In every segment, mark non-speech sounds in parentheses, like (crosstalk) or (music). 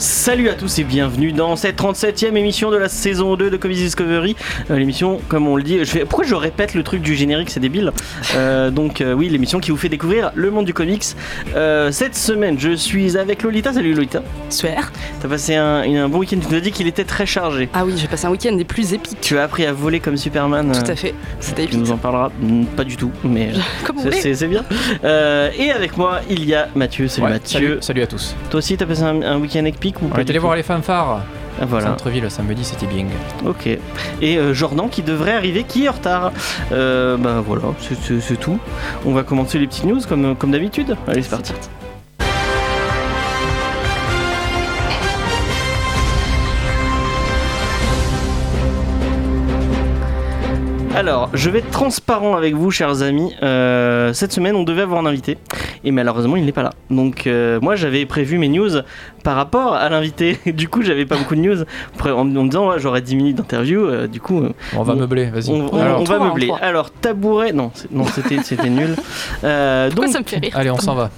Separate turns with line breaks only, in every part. Salut à tous et bienvenue dans cette 37e émission de la saison 2 de Comics Discovery. Euh, l'émission, comme on le dit, je fais- pourquoi je répète le truc du générique, c'est débile. Euh, donc euh, oui, l'émission qui vous fait découvrir le monde du comics. Euh, cette semaine, je suis avec Lolita. Salut Lolita.
Swear.
T'as passé un, une- un bon week-end. Tu nous as dit qu'il était très chargé.
Ah oui, j'ai passé un week-end des plus épiques.
Tu as appris à voler comme Superman.
Tout
euh,
à fait. C'était Ah
Tu
épique.
nous en parleras Mm, pas du tout,
(laughs)
mais
Comme on
c'est-
voulait.
c'est c'est bien. Euh, et avec moi, il y a Mathieu. Salut
Ouais,
Mathieu.
Salut, salut à tous.
Toi aussi, t'as passé un, un week-end épique ou
On
pas
est
du
allé
tout
voir les fanfares
Ah, Voilà.
centre-ville samedi, c'était bien.
Ok. Et euh, Jordan qui devrait arriver, qui est en retard. Euh, ben voilà, c'est- c'est c'est tout. On va commencer les petites news comme, comme d'habitude. Allez, c'est parti. Alors, je vais être transparent avec vous, chers amis. Euh, cette semaine, on devait avoir un invité. Et malheureusement, il n'est pas là. Donc, euh, moi, j'avais prévu mes news par rapport à l'invité. (laughs) Du coup, j'avais pas beaucoup de news. Après, En, en me disant, ouais, j'aurais 10 minutes d'interview. euh, du coup, euh,
On va
Bon.
meubler, vas-y.
on, on-
Alors,
on va
trois,
meubler.
en trois.
Alors, tabouret. Non, c'est- non c'était c'était nul. Euh,
Pourquoi
donc,
ça me fait rire
allez, on s'en va.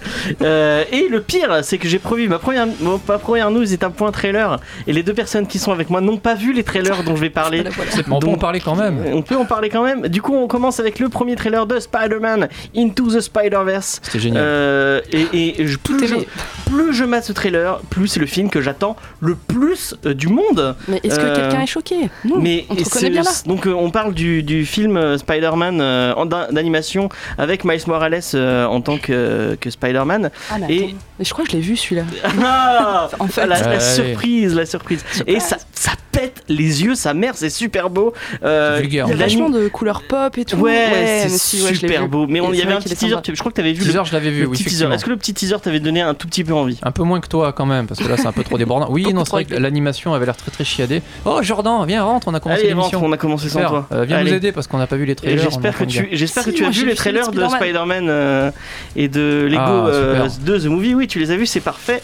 euh, et le pire, c'est que j'ai prévu ma première, mon- ma première news est un point trailer. Et les deux personnes qui sont avec moi n'ont pas vu les trailers dont je vais
(laughs)
parler.
Voilà, voilà.
C'est- mais on peut
Donc- euh,
en parler quand même.
On peut en parler quand même. Du coup, on commence avec le premier trailer de Spider-Man Into the Spider-Verse.
C'était génial.
Euh, et et je- plus,
T'es
je,
bon.
plus je mate ce trailer, plus c'est le film que j'attends le plus euh, du monde.
Mais est-ce que
Euh,
quelqu'un est choqué Non,
Mais
on te
et c'est-
reconnaît bien là.
donc euh, on parle du, du film euh, Spider-Man euh, en- d'an- d'animation avec Miles Morales euh, en tant que, que Spider-Man.
Ah, mais
et-
attends. Mais je crois que je l'ai vu celui-là.
Ah
En fait,
la, la
Allez.
surprise, la surprise. Et ça, ça pète les yeux, sa mère, c'est super beau. Euh,
C'est vulgaire,
il y a
euh,
vachement de couleurs pop et tout.
Ouais, c'est
mais si, ouais, je l'ai
super
vu.
beau. Mais on-
Et
il y
c'est
avait
vrai
un
qu'il
petit
est
teaser.
sympa.
tu- Je crois que t'avais vu le,
Teaser, je l'avais vu,
le
oui,
petit teaser.
effectivement.
Est-ce que le petit teaser t'avait donné un tout petit peu envie
Un peu moins que toi quand même, parce que là c'est un peu trop débordant.
(laughs)
Oui,
Beaucoup
non, c'est
trop
vrai que
élevé.
l'animation avait l'air très très chiadée. Oh Jordan, viens rentre, on a commencé
Allez, rentre,
l'émission.
on a commencé sans
Super.
toi.
Euh, viens
Allez.
nous aider parce qu'on n'a pas vu les
Et
trailers.
j'espère
on
que
entend bien.
tu, j'espère que
Si,
tu as
moi, j'ai
vu
vu
les
le film
trailers de Spider-Man euh, et de Lego
Ah,
euh,
super.
de The Movie. Oui, tu les as vus, c'est parfait.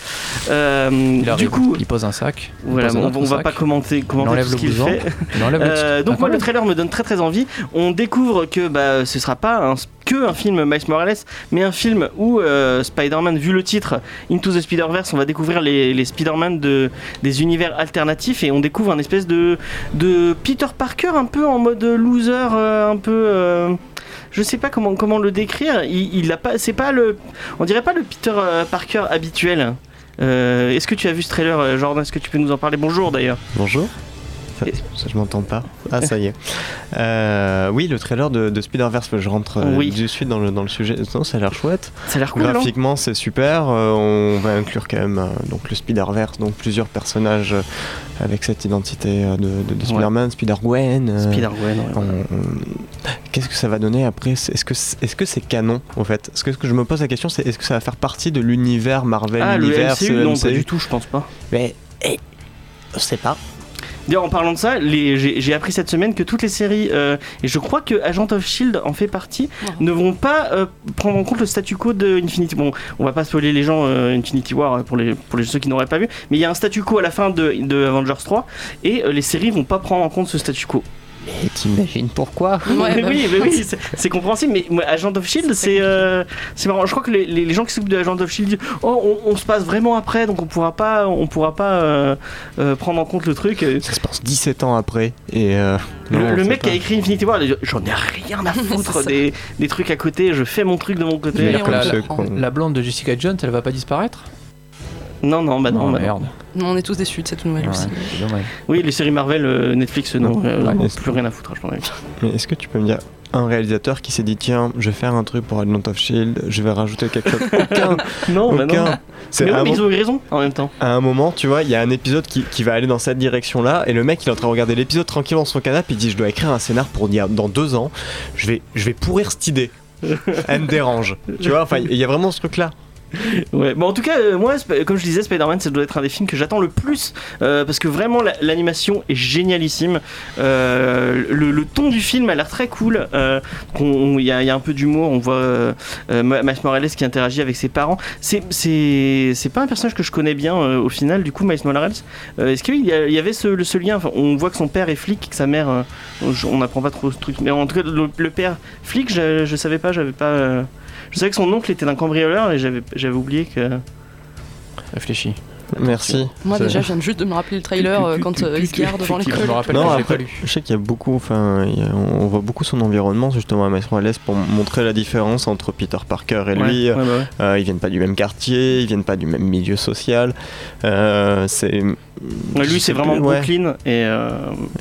Euh,
Il
du
arrive,
coup,
il pose un sac. il
voilà,
pose un
on,
autre
on va
sac,
pas commenter,
Il
commenter
enlève
tout
le
ce qu'il
blouson.
fait.
Il enlève le
Euh,
petit-
donc moi
Ah, quand
le
même.
trailer me donne très très envie. On découvre que bah, ce sera pas un, que un film Miles Morales, mais un film où euh, Spider-Man, vu le titre Into the Spider-Verse, on va découvrir les, les Spider-Man de, des univers alternatifs et on découvre un espèce de, de Peter Parker un peu en mode loser, euh, un peu... euh, je sais pas comment, comment le décrire. Il, il a pas, c'est pas le, on dirait pas le Peter euh, Parker habituel. Euh, est-ce que tu as vu ce trailer, euh, Jordan Est-ce que tu peux nous en parler Bonjour d'ailleurs.
Bonjour. Ça,
Et-
ça, je m'entends pas. Ah, ça
(laughs)
y est. Euh, oui, le trailer de, de Spider-Verse, je rentre euh,
Oui.
de suite dans le, dans le sujet. Non, ça a l'air chouette.
Ça a l'air cool. hein. non
Graphiquement, c'est super. Euh, on va inclure quand même euh, donc, le Spider-Verse, donc plusieurs personnages euh, avec cette identité euh, de, de- de Spider-Man, Spider-Gwen. euh,
Spider-Man. ouais,
on-
ouais.
on- Qu'est-ce que ça va donner après C'est- Est-ce que c'est est -ce c'est canon en fait Parce que ce que je me pose la question, c'est est-ce que ça va faire partie de l'univers Marvel,
Ah, le
l'univers
MCU, non, pas
CMCU?
du tout, je pense pas.
Mais, eh, je sais pas.
D'ailleurs, en parlant de ça, les- j'ai j'ai appris cette semaine que toutes les séries, euh, et je crois que Agent of Shield E en fait partie,
Wow.
ne vont pas euh, prendre en compte le statu quo de Infinity. Bon, on va pas spoiler les gens euh, Infinity War euh, pour les pour les ceux qui n'auraient pas vu, mais il y a un statu quo à la fin de, de Avengers 3 et euh, les séries vont pas prendre en compte ce statu quo.
Et t'imagines
(laughs)
pourquoi
Ouais,
mais
bah
oui, mais oui, c'est- c'est compréhensible. Mais moi, Agent of Shield, c'est euh, c'est marrant. Je crois que les, les- les gens qui s'occupent de Agent of Shield disent Oh, on, on se passe vraiment après, donc on pourra pas, on pourra pas euh, euh, prendre en compte le truc.
Ça se passe 17 ans après. Et euh,
Le,
non,
le
c'est
mec qui a
pas-
écrit Infinity War, il a dit, j'en ai rien
(laughs)
à foutre
C'est ça.
des, des trucs à côté, je fais mon truc de mon
Mais
côté.
D'ailleurs,
on
comme
l'a-
ceux
on-
qu'on-
La blonde de Jessica Jones, elle va pas disparaître
Non, non, bah non.
Oh,
bah non.
merde.
Non, on est tous déçus de cette nouvelle
Ouais,
aussi.
c'est dommage.
Oui, les séries Marvel, euh, Netflix, euh, non,
Non,
euh,
ouais,
non,
mais-
plus rien à foutre, j'en ai.
Mais est-ce que tu peux me dire un réalisateur qui s'est dit tiens, je vais faire un truc pour Agent of Shield, je vais rajouter quelque
(laughs)
chose Aucun,
Non, bah non.
aucun.
Mais
C'est
ouais,
un
mais
mo-
ils ont eu raison en même temps.
à un moment, tu vois, il y a un épisode qui, qui va aller dans cette direction-là, et le mec il est en train de regarder l'épisode tranquillement sur son canapé, il dit je dois écrire un scénar pour dire dans deux ans, je vais, je vais pourrir cette idée. Elle me dérange. Tu vois, enfin, il y a vraiment ce truc-là.
Ouais. Bon, en tout cas, euh, moi, Sp- comme je disais, Spider-Man, ça doit être un des films que j'attends le plus euh, parce que vraiment la- l'animation est génialissime. Euh, le, le ton du film a l'air très cool. Euh, qu'on- on- Il y, a il y a un peu d'humour. On voit euh, euh, Ma- Miles Morales qui interagit avec ses parents. C'est- C'est c'est pas un personnage que je connais bien euh, au final. Du coup, Miles Morales, euh, est-ce qu'il y, a- il y avait ce, le- ce lien Enfin, On voit que son père est flic, que sa mère, euh, je- on n'apprend pas trop ce truc. Mais en tout cas, le, le père flic, je, je savais pas, j'avais pas. euh, je savais que son oncle était un cambrioleur et j'avais j'avais oublié que.
Réfléchis.
Merci.
Moi
Ça-
déjà, je viens juste de me rappeler le trailer euh, quand euh, il se gare devant
Je me
l'école.
rappelle
Non,
que je l'ai
après,
pas lu.
je sais qu'il y a beaucoup, enfin, il y a- on voit beaucoup son environnement justement à Maestro Morales pour montrer la différence entre Peter Parker et lui.
Ouais, ouais, bah ouais.
Euh, ils viennent pas du même quartier, ils viennent pas du même milieu social. Euh, c'est
Ouais,
je
lui, c'est
sais
vraiment
plus, ouais.
Brooklyn et, euh,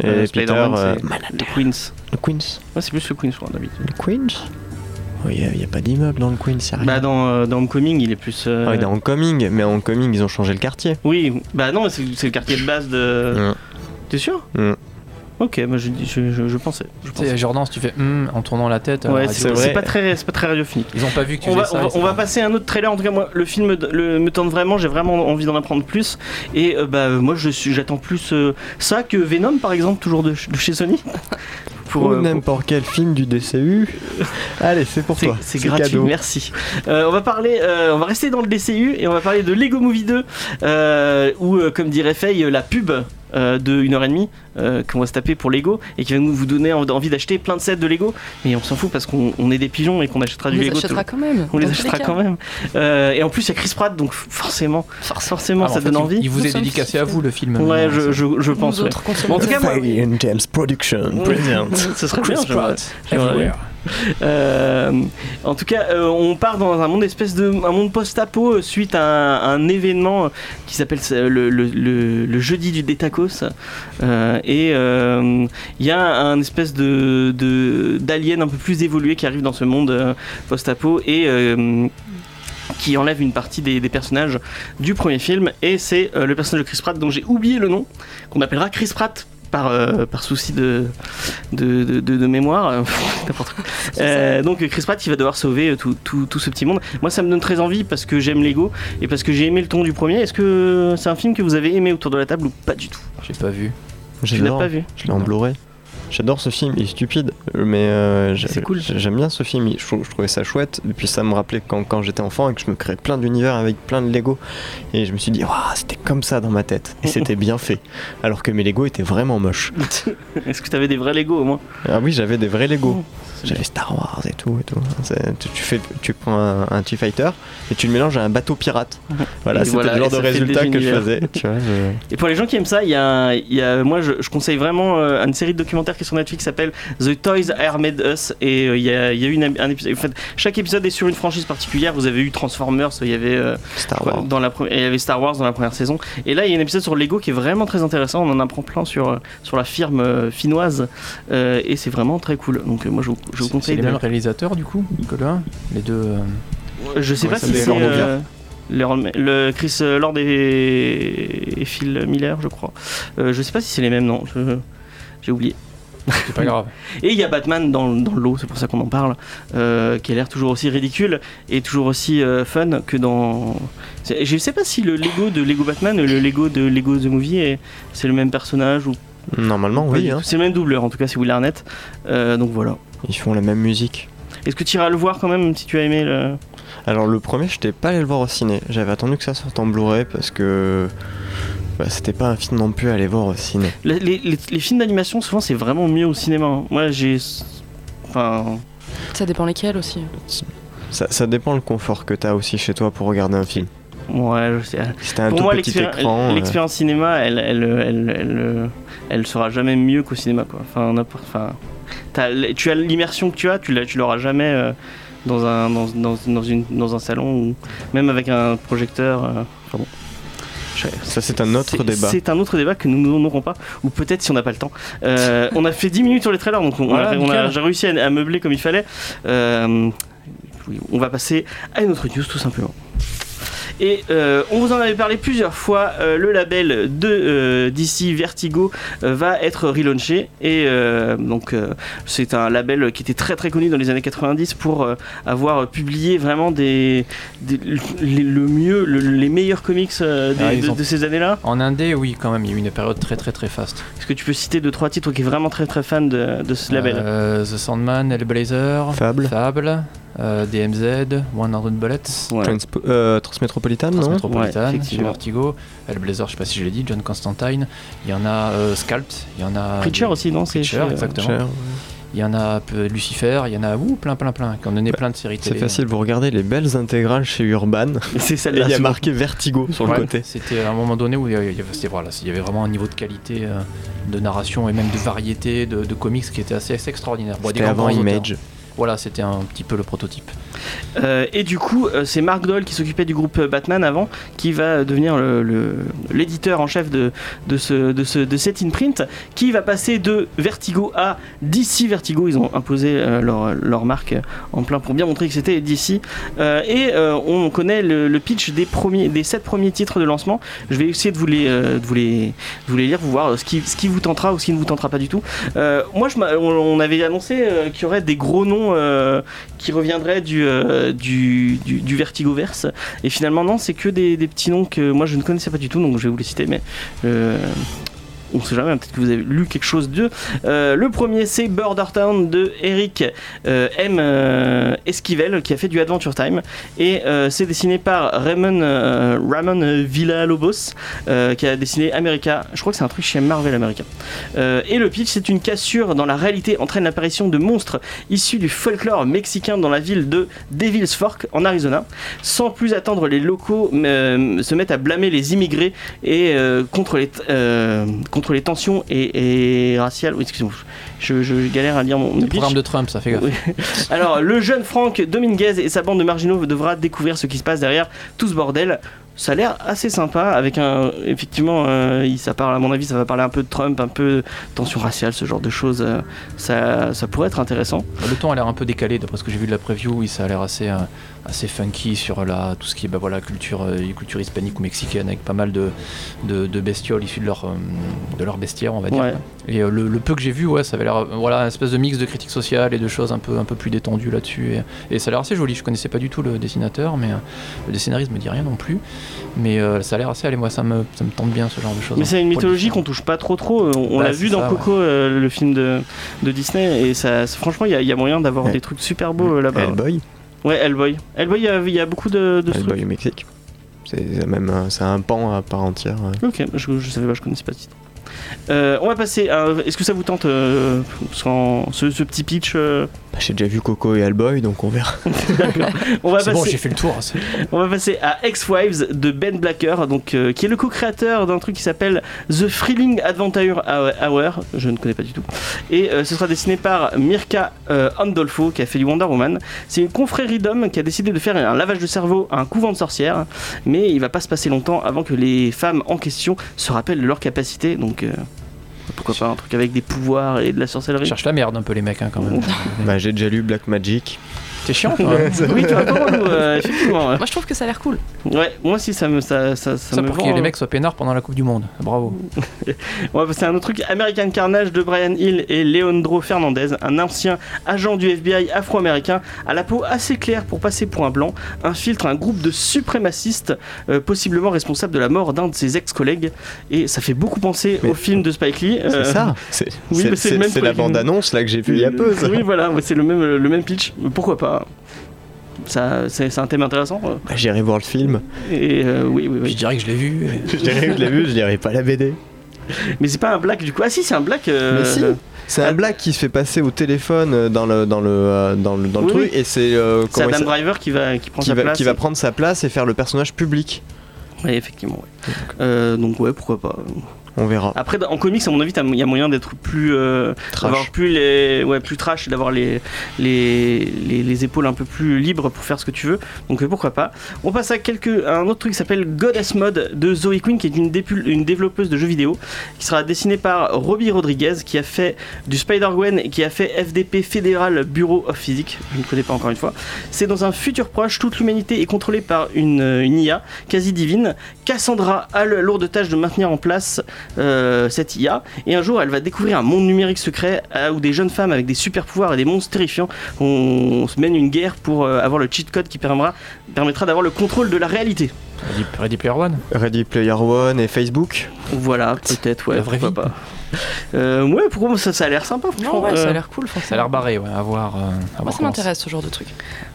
Et
euh,
Peter,
Spider-Man,
euh,
c'est de Queens.
Le Queens.
Ouais, c'est plus le Queens, je crois, d'habitude.
Le Queens Oh, Il n'y a, pas d'immeuble dans le Queens, c'est rien.
Bah, dans, euh, dans Homecoming, il est plus. euh,
Ah, il est en coming, mais en coming, ils ont changé le quartier.
Oui, bah non, mais c'est c'est le quartier de base de.
Ouais.
T'es sûr
Mm.
Ok, bah, je, je, je, je pensais. Je
Tu sais,
pensais.
Jordan, si tu fais hum en tournant la tête. à la
Ouais,
radio,
Ah, c'est
c'est
vrai.
c'est pas très, c'est pas très radiophonique.
Ils ont pas vu que tu
On va,
faisais
on
ça,
va-
etc.
on va passer à un autre trailer. En tout cas, moi, le film de- le- me tente vraiment. J'ai vraiment envie d'en apprendre plus. Et euh, bah, euh, moi, je suis, j'attends plus euh, ça que Venom, par exemple, toujours de, ch- de chez Sony. (laughs) Pour,
Ou
euh, pour-
n'importe quel film
(laughs)
du DCU. Allez, c'est pour
c'est-
toi.
c'est gratuit,
cadeau.
merci. Euh, on va parler, euh, on va rester dans le DCU et on va parler de Lego Movie 2, euh, où, euh, comme dirait Faye, euh, la pub euh, de 1h30 euh, qu'on va se taper pour Lego et qui va nous vous donner en- envie d'acheter plein de sets de Lego. Mais on s'en fout parce qu'on on est des pigeons et qu'on achètera
On
du
les
Lego. toujours.
achètera quand même.
On les
dans tous
achètera
cas.
quand même. Euh, et en plus, il y a Chris Pratt, donc f- forcément,
Ah,
forcément,
mais en
ça
fait,
donne
il-
envie.
Il vous
Nous
est
sommes
dédicacé à
suspects.
vous le film.
ouais,
maintenant,
je,
ça.
je, je
Nous
pense. ouais.
autres consommateurs.
Bon, en tout cas, moi,
Faye and James Production. Brilliant.
(laughs) ce serait bien.
hein. Chris
j'aimerais.
Pratt,
j'aimerais bien.
everywhere.
Euh, en tout cas, euh, on part dans un monde espèce de un monde post-apo euh, suite à un, un événement euh, qui s'appelle euh, le, le- le- le jeudi du des tacos. Euh, et euh, il y a un espèce de de- d'alien un peu plus évolué qui arrive dans ce monde euh, post-apo et euh, qui enlève une partie des, des personnages du premier film et c'est euh, le personnage de Chris Pratt dont j'ai oublié le nom qu'on appellera Chris Pratt par, euh, par souci de, de, de- de- de mémoire (laughs) n'importe quoi. Euh, donc Chris Pratt il va devoir sauver euh, tout, tout- tout ce petit monde moi ça me donne très envie parce que j'aime Lego et parce que j'ai aimé le ton du premier est-ce que c'est un film que vous avez aimé autour de la table ou pas du tout
J'ai pas vu.
je l'ai
J'adore.
pas vu
Je l'ai en Blu-ray. J'adore ce film, il est stupide, mais euh, j'a-
Ah, C'est cool.
j'a- j'aime bien ce film, il- je, trou- je trouvais ça chouette, et puis ça me rappelait quand, quand j'étais enfant et que je me créais plein d'univers avec plein de Lego, et je me suis dit, Waouh, c'était comme ça dans ma tête, et c'était bien fait, alors que mes Lego étaient vraiment moches.
(laughs) est-ce que t'avais des vrais Lego au moins
Ah oui, j'avais des vrais
Oh.
Lego,
c'est
j'avais Star Wars et tout, et tout. C'est- Tu, tu fais, tu prends un, un TIE-Fighter et tu le mélanges à un bateau pirate. Voilà,
Et
c'était
voilà,
le
et
genre de
ça fait des
résultat que je
univers.
faisais, tu vois, je-
Et pour les gens qui aiment ça, il y a, il y a- moi je, je conseille vraiment euh, une série de documentaires qui est sur Netflix qui s'appelle The Toys Are Made Us. Et euh, il y a, il y a une, un épisode. En fait, chaque épisode est sur une franchise particulière. Vous avez eu Transformers, il y avait. euh,
Star
Quoi,
Wars.
dans la pre- et il y avait Star Wars dans la première saison. Et là, il y a un épisode sur Lego qui est vraiment très intéressant. On en apprend plein sur, euh, sur la firme euh, finnoise. Euh, et c'est vraiment très cool. Donc, euh, moi, je vous, je vous
C'est- C'est
conseille.
les
de-
mêmes réalisateurs, du coup, que le un Les deux. euh,
Je sais
Comment
pas
ça
si c'est.
s'appelle
euh, le, le Chris euh, Lord et, et Phil Miller, je crois. Euh, je sais pas si c'est les mêmes, non. Je- (laughs) J'ai oublié. (clears throat)
C'est pas grave.
Et il y a Batman dans, dans le lot, c'est pour ça qu'on en parle, euh, qui a l'air toujours aussi ridicule et toujours aussi euh, fun que dans. c'est- Je sais pas si le Lego de Lego Batman et le Lego de Lego The Movie, est- c'est le même personnage ou
Normalement,
pas du
oui,
tout.
hein.
c'est le même doubleur en tout cas, c'est Will Arnett. Euh, donc voilà.
ils font la même musique.
Est-ce que tu iras le voir quand même même si tu as aimé le.
Alors le premier, j'étais pas allé le voir au ciné. J'avais attendu que ça sorte en Blu-ray parce que bah, c'était pas un film non plus à aller voir au ciné.
Les, les- les- les films d'animation, souvent, c'est vraiment mieux au cinéma. hein. Moi, j'ai. Enfin.
Ça dépend lesquels aussi.
Ça, ça dépend le confort que t'as aussi chez toi pour regarder un film.
Ouais, je sais.
Si t'as un
Pour
tout
moi,
petit
l'expéri-
écran, euh,
l'expérience cinéma, elle, elle, elle, elle, euh, elle sera jamais mieux qu'au cinéma, quoi. Enfin, n'importe. Enfin, t'as l- tu as l'immersion que tu as, tu l'as- tu l'auras jamais euh, dans un dans, dans, dans une dans un salon ou même avec un projecteur. euh, enfin bon. Je-
ça c'est un autre
c'est-
débat.
C'est un autre débat que nous n'aurons pas, ou peut-être si on n'a pas le temps. Euh, on a fait 10 minutes sur les trailers, donc on,
Voilà,
a, on a-
nickel.
j'ai réussi à, à meubler comme il fallait. Euh, oui, on va passer à une autre news tout simplement. Et euh, on vous en avait parlé plusieurs fois, euh, le label de euh, DC Vertigo euh, va être relaunché. Et euh, donc, euh, c'est un label qui était très très connu dans les années 90 pour euh, avoir publié vraiment des, des- le, le mieux, le- les meilleurs comics euh, des-
Ah, ils
de,
ont-
de ces années-là.
En Indé, oui, quand même, il y a eu une période très très très faste.
Est-ce que tu peux citer deux trois titres qui est vraiment très très fan de, de ce label
Euh, The Sandman, Hellblazer,
Fable.
Fable euh, DMZ, One Hundred Bullets,
Ouais.
Transpo- euh, Transmétropolitane, non
Ouais,
Transmetropolitan, chez
effectivement.
Vertigo, Hellblazer, je sais pas si je l'ai dit, John Constantine, il y en a euh, Sculpt, il y en a.
Preacher
des-
aussi, non C'est
Preacher,
chez, euh,
exactement.
Cher.
Il y en a euh, Lucifer, il y en a ouh, plein plein plein, qui ont donné
Bah,
plein de séries
C'est
télé.
facile, vous regardez les belles intégrales chez Urban.
(laughs) C'est ça
Il
les
y a
sous-
marqué Vertigo sur le
Ouais,
côté.
C'était à un moment donné où il y avait, il y avait- c'était- voilà, il y avait vraiment un niveau de qualité euh, de narration et même de variété de, de comics qui était assez, assez extraordinaire. Bon, des
C'était
grands
avant
auteurs.
Image.
Voilà, c'était un petit peu le prototype.
Euh, et du coup, euh, c'est Mark Doll qui s'occupait du groupe euh, Batman avant, qui va devenir le- le- l'éditeur en chef de, de, ce, de, ce- de cet imprint, qui va passer de Vertigo à DC Vertigo. Ils ont imposé euh, leur, leur marque euh, en plein pour bien montrer que c'était DC. Euh, et euh, on connaît le, le pitch des, premiers, des sept premiers titres de lancement. Je vais essayer de vous les, euh, de vous les, de vous les lire, vous voir euh, ce qui, ce qui vous tentera ou ce qui ne vous tentera pas du tout. Euh, moi, je m'a- on, on avait annoncé euh, qu'il y aurait des gros noms. euh, qui reviendrait du, euh, du, du, du Vertigoverse. Et finalement, non, c'est que des, des petits noms que moi je ne connaissais pas du tout, donc je vais vous les citer, mais. euh, on sait jamais, hein, peut-être que vous avez lu quelque chose d'eux. Euh, le premier, c'est Border Town de Eric euh, M. euh, Esquivel, qui a fait du Adventure Time. Et euh, c'est dessiné par Raymond, euh, Ramon Villalobos, euh, qui a dessiné America. Je crois que c'est un truc chez Marvel America. Euh, et le pitch, c'est une cassure dans la réalité entraîne l'apparition de monstres issus du folklore mexicain dans la ville de Devil's Fork en Arizona. Sans plus attendre, les locaux euh, se mettent à blâmer les immigrés et euh, contre, les, euh, contre les tensions et, et raciales. Oui, excusez-moi, je, je- je galère à lire mon, mon
Le
pitch.
programme de Trump, ça fait gaffe.
Oui. (laughs) Alors, le jeune Franck Dominguez et sa bande de marginaux devra découvrir ce qui se passe derrière tout ce bordel. Ça a l'air assez sympa, avec un. Effectivement, euh, il- ça parle, à mon avis, ça va parler un peu de Trump, un peu de tension raciale, ce genre de choses. euh, ça, ça pourrait être intéressant.
Le ton a l'air un peu décalé d'après ce que j'ai vu de la preview. Oui, ça a l'air assez, euh, assez funky sur la, tout ce qui est bah, voilà, culture, euh, culture hispanique ou mexicaine avec pas mal de, de, de bestioles issues de leur, euh, de leur bestiaire, on va dire.
Ouais.
Et euh, le, le peu que j'ai vu, ouais, ça avait l'air euh, voilà, un espèce de mix de critique sociale et de choses un peu, un peu plus détendues là-dessus. Et, et ça a l'air assez joli. Je connaissais pas du tout le dessinateur, mais euh, le scénariste me dit rien non plus. Mais euh, ça a l'air assez. Allez, moi, ça me, ça me tente bien ce genre de choses. hein,
Mais
Un
c'est une
poil
mythologie
différent.
qu'on touche pas trop trop. On, on
Bah,
l'a
c'est
vu dans
ça,
Coco, euh, le film de, de Disney, et ça, franchement, il y, a- il y a moyen d'avoir
Ouais.
des trucs super beaux euh, là-bas.
Hellboy.
Ouais, Hellboy. Hellboy, il y a- il y, a beaucoup de, de trucs.
Hellboy au Mexique. C'est même un- c'est un pan à part entière. hein. ouais.
Ok, je, je savais pas, je connaissais pas ce titre. Euh, on va passer à. Est-ce que ça vous tente euh, sans- ce, ce petit pitch euh,
Bah, J'ai déjà vu Coco et Hellboy, donc on verra.
on, va
C'est bon,
passer,
j'ai fait le tour. c'est-
on va passer à Ex-Wives de Ben Blacker, donc, euh, qui est le co-créateur d'un truc qui s'appelle The Thrilling Adventure Hour. Je ne connais pas du tout. Et euh, ce sera dessiné par Mirka euh, Andolfo, qui a fait du Wonder Woman. C'est une confrérie d'hommes qui a décidé de faire un lavage de cerveau à un couvent de sorcières, mais il va pas se passer longtemps avant que les femmes en question se rappellent de leurs capacités. Donc. euh, pourquoi pas un truc avec des pouvoirs et de la sorcellerie
Cherche la merde un peu les mecs hein,
(laughs)
quand même.
Mm.
Bah, J'ai déjà lu Black Magic.
T'es chiant toi. hein.
Oui, tu vois, comment nous, euh, effectivement. ouais.
Moi, je trouve que ça a l'air cool.
Ouais, moi aussi, ça me. Ça, ça, ça
Ça,
me
pour que
vend,
les
hein.
mecs soient peinards pendant la Coupe du Monde. Bravo.
On va passer à bah, un autre truc American Carnage de Brian Hill et Leandro Fernandez, un ancien agent du FBI afro-américain, à la peau assez claire pour passer pour un blanc, infiltre un groupe de suprémacistes, euh, possiblement responsable de la mort d'un de ses ex-collègues. Et ça fait beaucoup penser
Mais-
au film de Spike Lee.
C'est
euh,
ça C'est
oui, mais c'est
c'est-
le
c'est-
même
c'est la
truc.
bande-annonce là que j'ai vue il y a peu. ça.
Oui, voilà, ouais, c'est le même, le même pitch. Pourquoi pas ça, c'est c'est un thème intéressant. euh,
Bah, J'irai voir
(laughs)
le film.
Et euh, oui, oui, oui.
Je dirais que je l'ai vu. euh,
Je dirais que je l'ai vu, je dirai pas la BD.
Mais c'est pas un black du coup. Ah si, c'est un black. euh,
Mais si, c'est
Ah.
un black qui se fait passer au téléphone euh, dans le dans le euh, dans le, dans le
Oui,
truc
oui.
et c'est euh,
C'est
comment il
Adam
s'a-
Driver qui va qui prend
qui
sa
va,
place.
qui va prendre sa place et faire le personnage public.
Ouais, effectivement. ouais. Euh, donc ouais, pourquoi pas.
on verra.
Après, dans- en comics, à mon avis, t'as- il y a moyen d'être plus. euh,
Trash.
d'avoir plus les, ouais, plus trash, et d'avoir les, les, les, les épaules un peu plus libres pour faire ce que tu veux. Donc euh, pourquoi pas. On passe à, quelques, à un autre truc qui s'appelle Goddess Mode de Zoe Quinn, qui est une, dépu- une développeuse de jeux vidéo, qui sera dessinée par Robbie Rodriguez, qui a fait du Spider-Gwen et qui a fait FDP Fédéral Bureau of Physique. Je ne connais pas encore une fois. C'est dans un futur proche, toute l'humanité est contrôlée par une, euh, une IA quasi divine. Cassandra a la lourde tâche de maintenir en place euh, cette IA. Et un jour, elle va découvrir un monde numérique secret euh, où des jeunes femmes avec des super pouvoirs et des monstres terrifiants on, se mène une guerre pour euh, avoir le cheat code qui permettra, permettra d'avoir le contrôle de la réalité.
Ready, Ready Player One.
Ready Player One et Facebook.
Voilà, peut-être, ouais,
La vraie
pourquoi
vie.
pas. Euh, ouais, pour moi, ça, ça a l'air sympa. franchement.
Non, ouais, ça
Euh,
a l'air cool.
Ça a l'air barré, ouais, à voir. euh, à
Moi,
voir
ça
comment
m'intéresse ce genre de truc.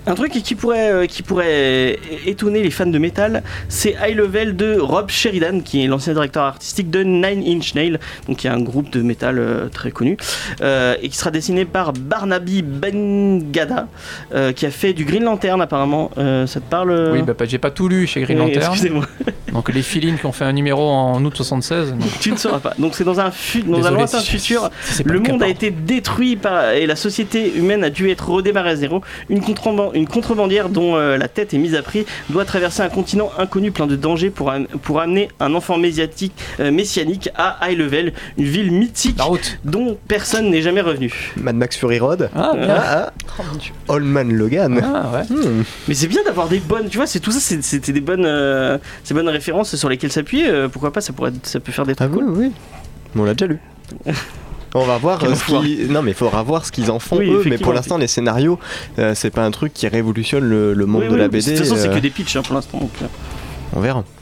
Un truc qui pourrait, euh, qui pourrait étonner les fans de métal, c'est High Level de Rob Sheridan, qui est l'ancien directeur artistique de Nine Inch Nail, donc qui est un groupe de métal euh, très connu, euh, et qui sera dessiné par Barnaby Bengada, euh, qui a fait du Green Lantern apparemment. Euh, ça te parle euh
Oui, bah, pas- j'ai pas tout lu chez Green
Oui,
Lantern.
Euh, Excusez-moi, (laughs)
Donc les filines qui ont fait un numéro en août 76. donc,
tu ne sauras pas. Donc c'est dans un, fu- dans un
désolé
lointain
si-
futur,
si c'est pas
Le
cas,
monde a
pardon.
été détruit par, et la société humaine a dû être redémarrée à zéro. Une, contreban- une contrebandière dont euh, la tête est mise à prix doit traverser un continent inconnu plein de dangers pour, am- pour amener un enfant mésiatique, euh, messianique à High Level, une ville mythique
La route.
dont personne n'est jamais revenu.
Mad Max Fury Road.
Ah,
Euh,
bien.
Ah,
Oh mon dieu.
ah. Old Man Logan.
Ah, ouais.
Hmm.
Mais c'est bien d'avoir des bonnes, tu vois, c'est tout ça, c'est- c'était des bonnes, euh, ces bonnes références sur lesquelles s'appuyer. euh, pourquoi pas, ça pourrait, être- ça peut faire des
Ah
trucs
oui,
cool.
oui. Mais On l'a déjà lu. On va voir
Quel
euh, ce qu'ils- Non, mais il faudra voir ce qu'ils en font
Oui,
eux. Mais
effectivement.
pour l'instant, les scénarios, euh, c'est pas un truc qui révolutionne le, le monde
Oui,
de
oui,
la
mais
BD.
De toute façon, c'est
euh,
que des pitchs hein, pour l'instant. donc, euh,
On verra. (laughs)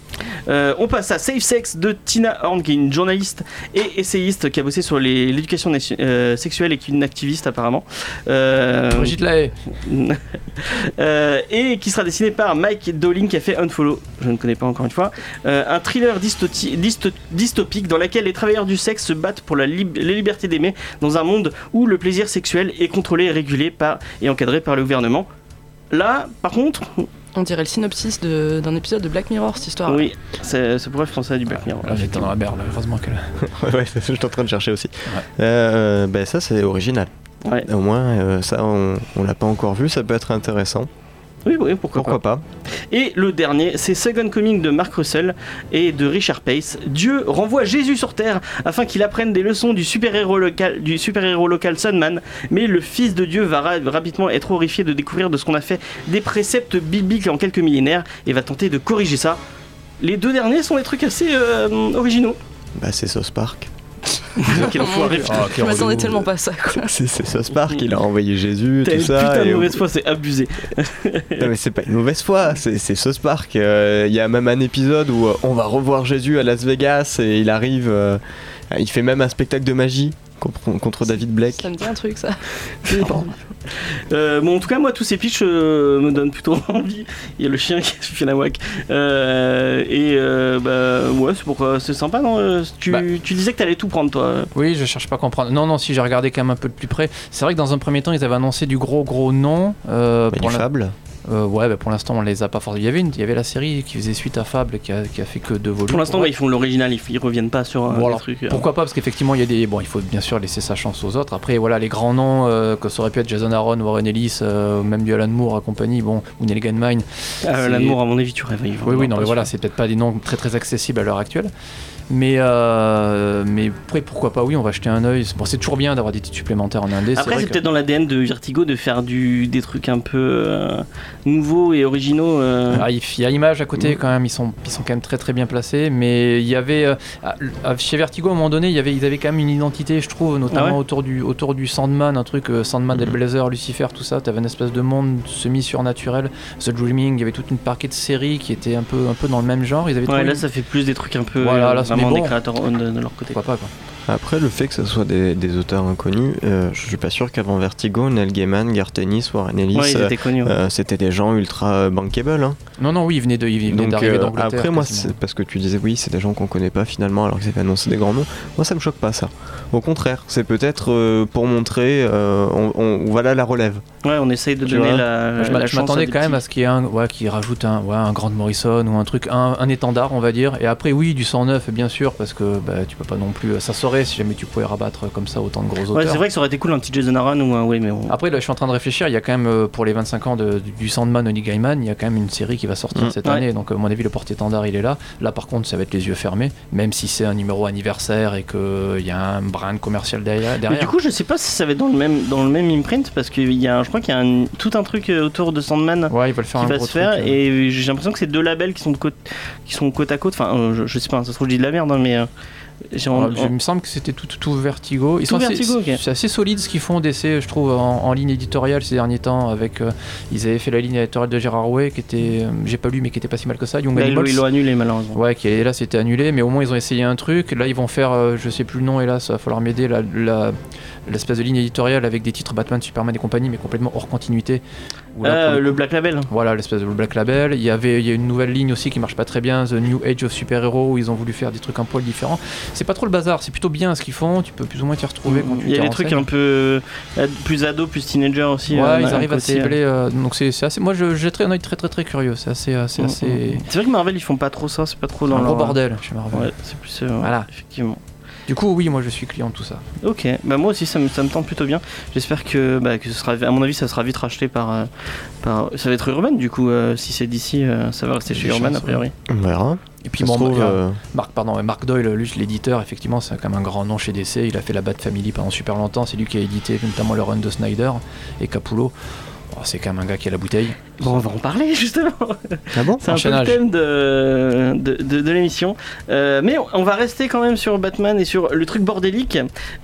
Euh, on passe à Safe Sex de Tina Horn, qui est une journaliste et essayiste qui a bossé sur les- l'éducation nation- euh, sexuelle et qui est une activiste apparemment. Euh,
Brigitte Lahaye.
(laughs) euh, et qui sera dessinée par Mike Dowling qui a fait Unfollow, je ne connais pas encore une fois. Euh, un thriller dystoti- dysto- dystopique dans lequel les travailleurs du sexe se battent pour la lib- les libertés d'aimer dans un monde où le plaisir sexuel est contrôlé et régulé par, et encadré par le gouvernement. Là, par contre,
On dirait le synopsis de- d'un épisode de Black Mirror, cette histoire.
oui, ça, ça pourrait faire penser à du Black Mirror.
Là, Ah, j'étais dans la merde, heureusement qu'elle.
Ouais, ouais, je suis en train de chercher aussi. Euh, ben ça, c'est original.
Ouais.
Au moins, euh, ça, on, on l'a pas encore vu. Ça peut être intéressant.
Oui, oui, pourquoi, pas.
Pourquoi pas
Et le dernier, c'est Second Coming de Mark Russell et de Richard Pace. Dieu renvoie Jésus sur Terre afin qu'il apprenne des leçons du super-héros local, du super-héros local Sunman, mais le Fils de Dieu va ra- rapidement être horrifié de découvrir de ce qu'on a fait des préceptes bibliques en quelques millénaires et va tenter de corriger ça. Les deux derniers sont des trucs assez euh,
(laughs)
originaux.
Bah, c'est Sauce Park.
Quel enfoiré, putain.
Je m'attendais tellement pas à ça. quoi.
(laughs) C'est c'est Sauce Park. Il a envoyé Jésus,
T'as
tout
une
ça.
putain de
et au-
mauvaise foi, c'est abusé.
Non mais c'est pas une mauvaise foi, c'est c'est Sauce Park. Euh, Il y a même un épisode où euh, on va revoir Jésus à Las Vegas et il arrive, euh, il fait même un spectacle de magie contre, contre David Blake.
Ça me dit un truc, ça.
Euh, bon, en tout cas, moi, tous ces pitchs euh, me donnent plutôt (laughs) envie. Il y a le chien qui fait la wack. Euh, et euh, bah, ouais, c'est pourquoi c'est sympa, non euh, tu,
Bah.
tu disais que t'allais tout prendre, toi.
Oui, je cherche pas à comprendre. Non, non, si j'ai regardé quand même un peu de plus près. C'est vrai que dans un premier temps, ils avaient annoncé du gros, gros nom. euh,
Bah,
Mais
pour
du
l'in-
fable.
Euh, ouais, bah, pour l'instant, on les a pas forcément. Il y avait, une- il y avait la série qui faisait suite à Fable, qui a, qui a fait que deux volumes.
Pour l'instant,
Ouais.
ouais, ils font l'original, ils, ils reviennent pas sur euh,
Bon,
des
alors,
trucs. euh.
Pourquoi pas Parce qu'effectivement, il y a des. Bon, il faut bien sûr laisser sa chance aux autres. Après, voilà, les grands noms euh, que ça aurait pu être Jason Aaron, Warren Ellis, euh, même du Alan Moore et compagnie, bon, ou Neil Gaiman.
Euh,
c'est-
L'amour, à mon avis, tu rêves. ils vont
Oui, oui,
pas
non, mais
sur-
voilà, c'est peut-être pas des noms très très accessibles à l'heure actuelle. Mais, euh, mais après, pourquoi pas, oui, on va jeter un œil. Bon, c'est toujours bien d'avoir des titres supplémentaires en indé.
Après,
vrai
c'est
que-
peut-être dans l'ADN de Vertigo de faire du, des trucs un peu euh, nouveaux et originaux. euh.
Ah, il il y a Image à côté
Mhm.
quand même, ils sont, ils sont quand même très très bien placés, mais il y avait euh, à- à- chez Vertigo à un moment donné, il y avait, ils avaient quand même une identité, je trouve, notamment
Ah ouais
autour, du, autour du Sandman, un truc euh, Sandman,
Mhm.
Dead Blazer, Lucifer, tout ça, t'avais une espèce de monde semi-surnaturel, The Dreaming, il y avait toute une parquet de séries qui étaient un peu, un peu dans le même genre, ils avaient
ouais,
trouvé-
là, ça fait plus des trucs un peu
Voilà,
euh,
là, c'est-
vraiment
mais bon.
des créateurs euh, de, de leur côté.
Pourquoi pas quoi.
Après Après, le fait que ce soit des, des auteurs inconnus, euh, je suis pas sûr qu'avant Vertigo, Neil Gaiman, Gartenis, Warren Ellis,
Ouais, ils
euh,
étaient connus. ouais.
euh, c'était des gens ultra euh, bankable. hein.
Non, non, oui, il venait de- il venait
Donc
d'arriver
euh,
d'Angleterre.
après, moi,
quasiment.
c'est parce que tu disais oui, c'est des gens qu'on connaît pas finalement, alors qu'ils avaient annoncé des grands noms. Moi, ça me choque pas ça. Au contraire, c'est peut-être euh, pour montrer, euh, on, on- voilà la relève.
Ouais, on essaye de
Tu
donner
vois,
la.
je
la
m'a- je
chance à
m'attendais
des
quand même
petits.
à ce qu'il y ait un, ouais, qui rajoute un, ouais, un Grand Morrison ou un truc, un, un étendard, on va dire. Et après, oui, du 109, bien sûr, parce que bah, tu peux pas non plus. Ça saurait si jamais tu pouvais rabattre comme ça autant de gros auteurs.
Ouais, c'est vrai que ça aurait été cool un petit Jason Aaron ou un. Oui, mais on.
Après, là, je suis en train de réfléchir. Il y a quand même, euh, pour les 25 ans de- du Sandman, Only Gaiman, il y a quand même une série qui va sortir
Mm.
cette
Mmh, Ouais.
année. Donc, à mon avis, le porte-étendard, il est là. Là, par contre, ça va être les yeux fermés, même si c'est un numéro anniversaire et qu'il y a un brin de commercial derrière.
Mais
derrière.
du coup, je sais pas si ça va être dans le même, dans le même imprint parce que y a, un- je crois qu'il y a un- tout un truc euh, autour de Sandman
ouais, ils veulent faire
qui
un
va
gros
se faire
truc, euh.
et j'ai l'impression que c'est deux labels qui sont, de côte, qui sont côte à côte. Enfin, euh, je, je sais pas, ça se trouve, je dis de la merde, hein, mais. euh, j'ai-
Alors,
on-
je- Ah, il me semble que c'était tout, tout vertigo. Ils
Tout
sont assez-
Vertigo, ok.
C'est assez solide ce qu'ils font d'essai, je trouve, en, en ligne éditoriale ces derniers temps. Avec, euh, ils avaient fait la ligne éditoriale de Gérard Way, qui était, euh, j'ai pas lu, mais qui était pas si mal que ça. Young
Bah, ils l'ont-
Animals.
ils l'ont annulé malheureusement.
Ouais, qui est- là c'était annulé, mais au moins ils ont essayé un truc. Là ils vont faire, euh, je sais plus le nom, hélas, il va falloir m'aider, la- la- l'espèce de ligne éditoriale avec des titres Batman, Superman et compagnie, mais complètement hors continuité. Où là,
Euh,
pour le-
le Black Label.
Voilà, l'espèce de Black Label. Il y avait il y a une nouvelle ligne aussi qui marche pas très bien, The New Age of Super Hero, où ils ont voulu faire des trucs un poil différents. C'est pas trop le bazar, c'est plutôt bien ce qu'ils font, tu peux plus ou moins t'y retrouver quand tu
Il y
t'y
a des trucs
renseignes.
un peu euh, plus ado, plus teenager aussi.
Ouais,
euh,
ils
d'un
arrivent à
côté.
cibler. euh, donc c'est c'est assez. Moi je jetterai un œil très très très curieux, c'est assez. euh, C'est
Mm,
assez...
mm. C'est vrai que Marvel ils font pas trop ça, c'est pas trop
c'est
dans
un gros
leur- euh,
bordel chez Marvel.
Ouais, c'est plus. euh,
Voilà.
Effectivement.
Du coup, oui, moi je suis client de tout ça.
Ok, bah moi aussi ça me, ça me tente plutôt bien. J'espère que, bah, que ce sera, à mon avis, ça sera vite racheté par, euh, par. Ça va être Urban du coup, euh, si c'est d'ici, euh, ça va rester
Des
chez Urban
chances,
a priori.
On verra.
Et puis
Ça se
bon,
trouve,
Marc,
euh,
Marc- pardon, ouais, Marc Doyle, lui, l'éditeur, effectivement, c'est quand même un grand nom chez DC. Il a fait la Bad Family pendant super longtemps. C'est lui qui a édité notamment le run de Snyder et Capullo. Oh, c'est quand même un gars qui a la bouteille.
Bon, on va en parler (laughs) justement.
Ah bon
C'est un peu le
Enchaînage.
thème de, de, de- de l'émission. Euh, mais on- on va rester quand même sur Batman et sur le truc bordélique.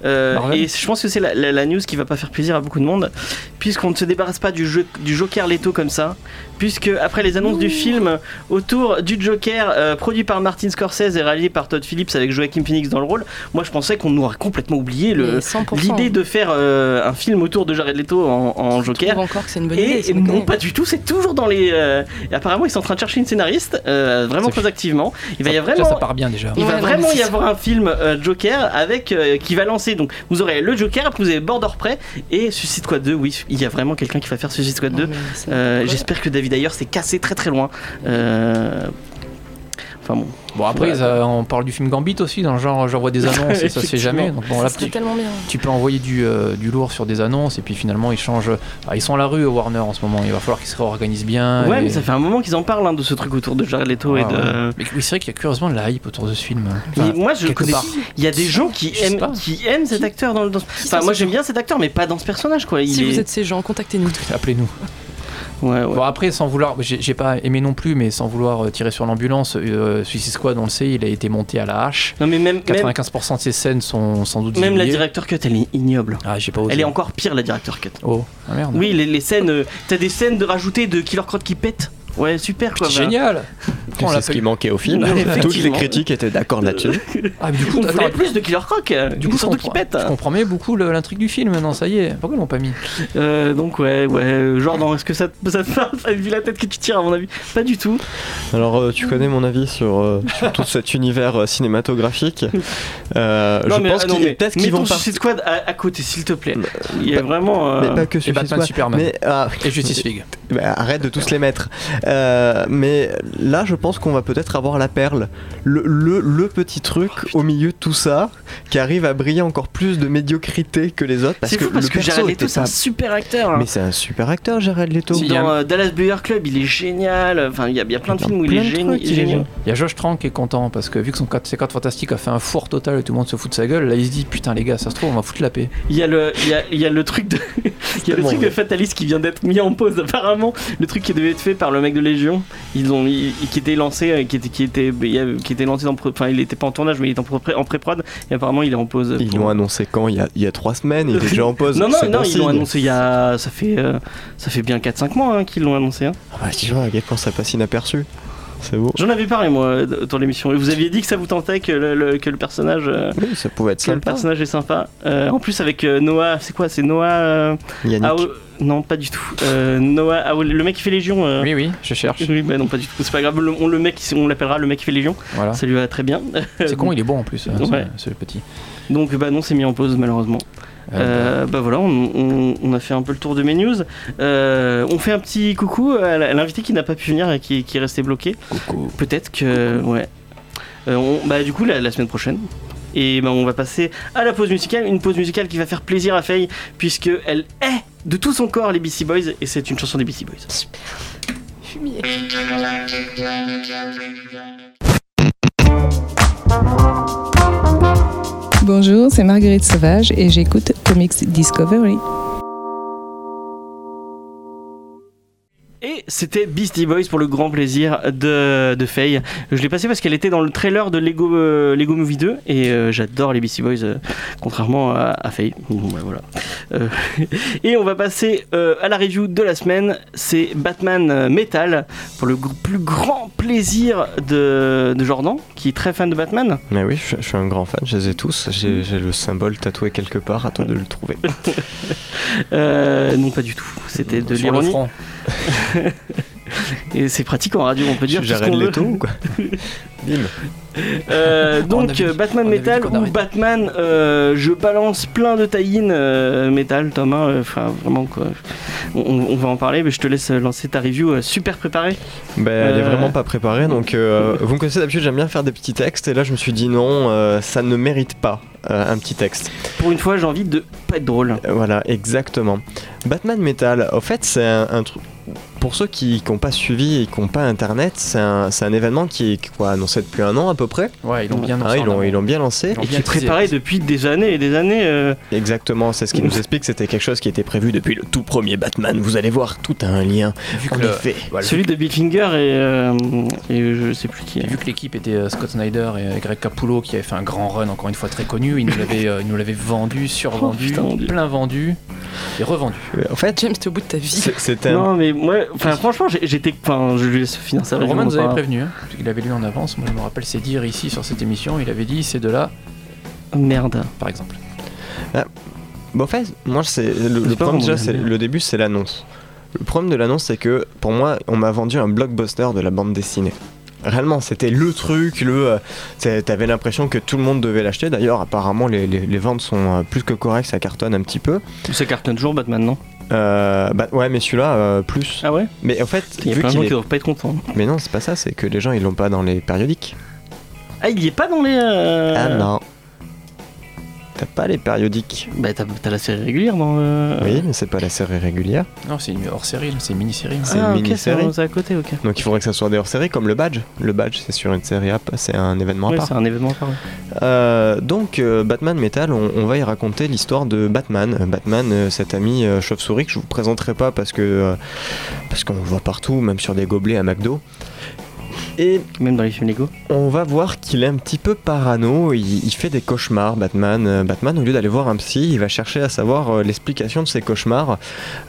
Euh,
Marvel.
et je pense que c'est la, la- la news qui va pas faire plaisir à beaucoup de monde. Puisqu'on ne se débarrasse pas du, jeu, du Joker Leto comme ça. Puisque après les annonces du film autour du Joker euh, produit par Martin Scorsese et réalisé par Todd Phillips avec Joaquin Phoenix dans le rôle, moi je pensais qu'on aurait complètement oublié le-
Mais 100%,
l'idée de faire euh, un film autour de Jared Leto en, en
je trouve
Joker.
encore que c'est une bonne idée.
Et,
sans
non,
déconner.
pas du tout, c'est toujours dans les. euh, et apparemment, ils sont en train de chercher une scénariste, euh, vraiment
C'est
très
fou.
activement. Il va y
ça,
avoir
ça, ça
vraiment.
part bien déjà.
Il
Ouais,
va
non,
vraiment
mais
y
c'est
avoir un film euh, Joker avec euh, qui va lancer. Donc vous aurez le Joker, après vous avez Border Prey et Suicide Squad 2. Oui, il y a vraiment quelqu'un qui va faire Suicide Squad 2.
Non, mais c'est
Euh,
n'importe quoi.
J'espère que David Ayer s'est cassé très très loin. Euh, Enfin bon.
Bon, après,
Ouais.
ils, euh, on parle du film Gambit aussi, dans le genre,
(laughs)
j'envoie des annonces et ça se fait
Effectivement.
jamais. Donc bon,
Ça
là,
serait
tu,
tellement bien.
tu peux envoyer du, euh, du lourd sur des annonces et puis finalement, ils changent. Ah, ils sont à la rue, Warner, en ce moment. Il va falloir qu'ils se réorganisent bien.
ouais,
et-
mais ça fait un moment qu'ils en parlent hein, de ce truc autour de Jared Leto et
Ah,
de.
ouais. Mais oui, c'est vrai qu'il y a curieusement de la hype autour de ce film.
Mais
Enfin,
moi, je
quelque
connais.
part.
Il y a des gens qui
Je sais
aiment,
pas.
qui aiment cet acteur dans le. dans- Enfin,
ça,
moi
c'est-
j'aime bien cet acteur, mais pas dans ce personnage quoi. Il
Si
est...
vous êtes ces gens, contactez-nous.
Appelez-nous.
Ouais, ouais.
Bon après sans vouloir, j'ai j'ai pas aimé non plus, mais sans vouloir euh, tirer sur l'ambulance, euh, Suicide Squad on le sait, il a été monté à la hache.
Non mais même, même,
95% de ses scènes sont sans doute
même la
oubliées.
directeur cut elle est ignoble.
Ah j'ai pas osé.
Elle est encore pire la directeur cut.
Oh ah merde.
Oui les, les scènes, euh, t'as des scènes de rajouter de Killer Croc qui pète. Ouais super quoi.
C'est
bah.
génial. Pourquoi on
C'est
l'a
ce
pas
qui
eu
manquait au film.
Ouais,
Toutes les
effectivement.
critiques étaient d'accord là-dessus.
Ah mais du coup,
On voulait
attends,
Bah, plus de Killer Croc. euh,
du coup je
surtout qui
comprends,
pète.
je comprends mieux beaucoup le- l'intrigue du film maintenant, ça y est. Pourquoi ils l'ont pas mis
Euh, donc ouais ouais. euh, Jordan est-ce que ça te, ça te parle T'as vu la tête que tu tires à mon avis Pas du tout.
(laughs) Alors, euh, tu connais mon avis sur, euh, sur tout cet univers euh, cinématographique. Euh,
Non,
je
mais,
pense
ah, non,
qu'ils
mais
peut-être qu'ils
mettons
vont pas.
Suicide Squad à, à côté s'il te plaît.
Bah,
Il y a
bah,
vraiment. euh,
Mais pas que
Et
Suicide
Batman
Squad.
Superman.
Mais ah,
Et Justice League.
bah, arrête de tous les mettre. Euh, mais là, je pense qu'on va peut-être avoir la perle, le, le- le petit truc
Oh,
au milieu de tout ça qui arrive à briller encore plus de médiocrité que les autres parce
C'est
que
fou parce
le
que
perso
Jared
était
Leto c'est un
pas-
super acteur. hein.
Mais c'est un super acteur, Jared Leto.
Si, il y a
Dans
un-
euh, Dallas Buyer Club, il est génial. Enfin, il y, a- il y a plein de
Dans
films où il
plein
est
de
génial.
trucs, il est
génial.
génial.
Il y a Josh Trank qui est content parce que vu que son 4, ses 4 fantastiques a fait un four total et tout le monde se fout de sa gueule, là il se dit putain les gars ça se trouve on va foutre la paix.
Il y a le, il y a, il y a le truc de, (laughs) il y a le
tellement
truc de
vrai.
Fatalist qui vient d'être mis en pause (laughs) apparemment. Le truc qui devait être fait par le mec de Légion, ils ont, il- qui était lancé, euh, qui était, qui était, il y a- qui était lancé dans, pré- enfin, il était pas en tournage, mais il était en pré- en pré-prod. Et apparemment, il est en pause.
Ils
pour-
l'ont annoncé quand il y, a, il y a trois
(laughs)
semaines, il est déjà en pause.
Non, non,
c'est
non,
bon
ils
signe.
l'ont annoncé il y a, ça fait, euh, ça fait bien 4-5 mois hein, qu'ils l'ont annoncé. hein.
Ah bah, tu vois à quel point ça passe inaperçu. C'est beau.
J'en avais parlé moi euh, dans l'émission. Et Vous aviez dit que ça vous tentait que le, le- que le personnage. euh,
Oui, ça pouvait être
que le
sympa.
personnage est sympa. Euh, en plus avec euh, Noah, c'est quoi C'est Noah euh,
Yannick.
Ao- Non, pas du tout. Euh, Noah, Ao- le mec qui fait Légion. euh,
Oui, oui, je cherche.
oui, bah non, pas du tout. C'est pas grave. le- on le mec, on l'appellera le mec qui fait Légion. (laughs)
Voilà.
Ça lui va très bien.
C'est con, il est bon en plus, hein,
Ouais.
ce, ce petit.
Donc bah non, c'est mis en pause malheureusement.
Euh,
Euh, bah voilà, on, on- on a fait un peu le tour de mes news. Euh, on fait un petit coucou à la- à l'invité qui n'a pas pu venir et qui, qui est resté bloqué.
coucou.
Peut-être que ouais. Euh, on- bah du coup la, la semaine prochaine. Et bah, on va passer à la pause musicale, une pause musicale qui va faire plaisir à Faye puisque elle est de tout son corps les BC Boys et c'est une chanson des BC Boys.
Fumier.
Bonjour, c'est Marguerite Sauvage et j'écoute Comics Discovery.
Et c'était Beastie Boys pour le grand plaisir de, de Faye. Je l'ai passé parce qu'elle était dans le trailer de Lego, euh, Lego Movie 2 et euh, j'adore les Beastie Boys, euh, contrairement à, à Faye. Bon, bah, voilà. Euh, (laughs) et on va passer euh, à la review de la semaine. C'est Batman euh, Metal pour le gr- plus grand plaisir de, de Jordan, qui est très fan de Batman.
Mais oui, je, je suis un grand fan, je les ai tous. J'ai j'ai le symbole tatoué quelque part, à toi de le trouver.
Euh, non, pas du tout. C'était de
Euh, sur le
l'ironie.
front.
Et c'est pratique en radio, on peut dire. tout ce
Jared
qu'on veut.
Leto
(laughs)
ou quoi Bim.
Euh,
(laughs) On
donc
avait
euh,
dit-
Batman
on avait
Metal
dit qu'on
ou
arrêtait.
Batman, euh, je balance plein de tie-in euh, Metal, Thomas. euh, Enfin, vraiment quoi. On, on va en parler, mais je te laisse lancer ta review euh, super préparée.
Ben, elle est
Euh.
vraiment pas préparée, donc euh, vous me connaissez d'habitude, j'aime bien faire des petits textes, et là je me suis dit non, euh, ça ne mérite pas euh, un petit texte.
Pour une fois, j'ai envie de pas être drôle.
Euh, Voilà, exactement. Batman Metal, au fait, c'est un, un truc. Pour ceux qui n'ont pas suivi et qui n'ont pas internet, c'est un, c'est un événement qui est quoi, annoncé depuis un an à peu près.
Ouais, ils l'ont bien
Ah,
lancé
ils
en
l'ont
avant.
ils l'ont bien lancé.
Ils l'ont
Et qui
bien
est
teasé.
préparé depuis des années et des années. euh,
Exactement, c'est ce qui nous explique, c'était quelque chose qui était prévu depuis le tout premier Batman. Vous allez voir, tout a un lien.
Vu que
En
le-
effet. Voilà.
Celui de Bill Finger et, euh, et je sais plus qui.
Et vu que l'équipe était euh, Scott Snyder et euh, Greg Capullo qui avaient fait un grand run encore une fois très connu, ils nous l'avaient, euh, ils nous l'avaient vendu,
Oh,
survendu,
putain, mon Dieu.
plein vendu et revendu.
Euh, En fait,
James, t'es au bout de ta vie.
c'est- c'était un-
Non mais moi, enfin franchement, j'ai- j'étais, enfin je lui laisse finir sa review.
Roman
on en
nous avait
parlera.
prévenu, hein, parce qu'il avait lu en avance. Moi je me rappelle ses dires ici sur cette émission, il avait dit c'est de là,
Merde.
par exemple.
Bon, en Bah, fait, moi, c'est le, le
pas
problème
vraiment
déjà,
bien.
c'est le début, c'est l'annonce. Le problème de l'annonce, c'est que pour moi, on m'a vendu un blockbuster de la bande dessinée. Réellement, c'était le truc, le. euh, c'est- T'avais l'impression que tout le monde devait l'acheter. D'ailleurs, apparemment, les, les- les ventes sont euh, plus que correctes, ça cartonne un petit peu.
Ça cartonne toujours Batman, non
Euh, bah, ouais, mais celui-là, euh, plus.
Ah ouais
Mais en fait,
Il y a
vu
plein de gens
qu'il
qui
est...
doivent pas être contents.
Mais non, c'est pas ça, c'est que les gens, ils l'ont pas dans les périodiques.
Ah, il y est pas dans les. euh,
Ah non. T'as pas les périodiques.
Bah t'as, t'as la série régulière dans. euh,
Oui, mais c'est pas la série régulière.
Non, c'est une hors série, c'est une mini-série.
C'est
Ah
une
ok, c'est
mini-série.
c'est à côté, ok.
Donc il faudrait que ça soit des hors-séries comme le badge. Le badge, c'est sur une série app, c'est un événement
Ouais,
à part.
c'est un événement à part. ouais.
Euh, donc euh, Batman Metal, on, on va y raconter l'histoire de Batman. Euh, Batman, euh, cet ami euh, chauve-souris que je vous présenterai pas parce que euh, parce qu'on le voit partout, même sur des gobelets à McDo. Et
Même dans les films Lego.
on va voir qu'il est un petit peu parano, il, il fait des cauchemars Batman. Euh, Batman, au lieu d'aller voir un psy, il va chercher à savoir euh, l'explication de ses cauchemars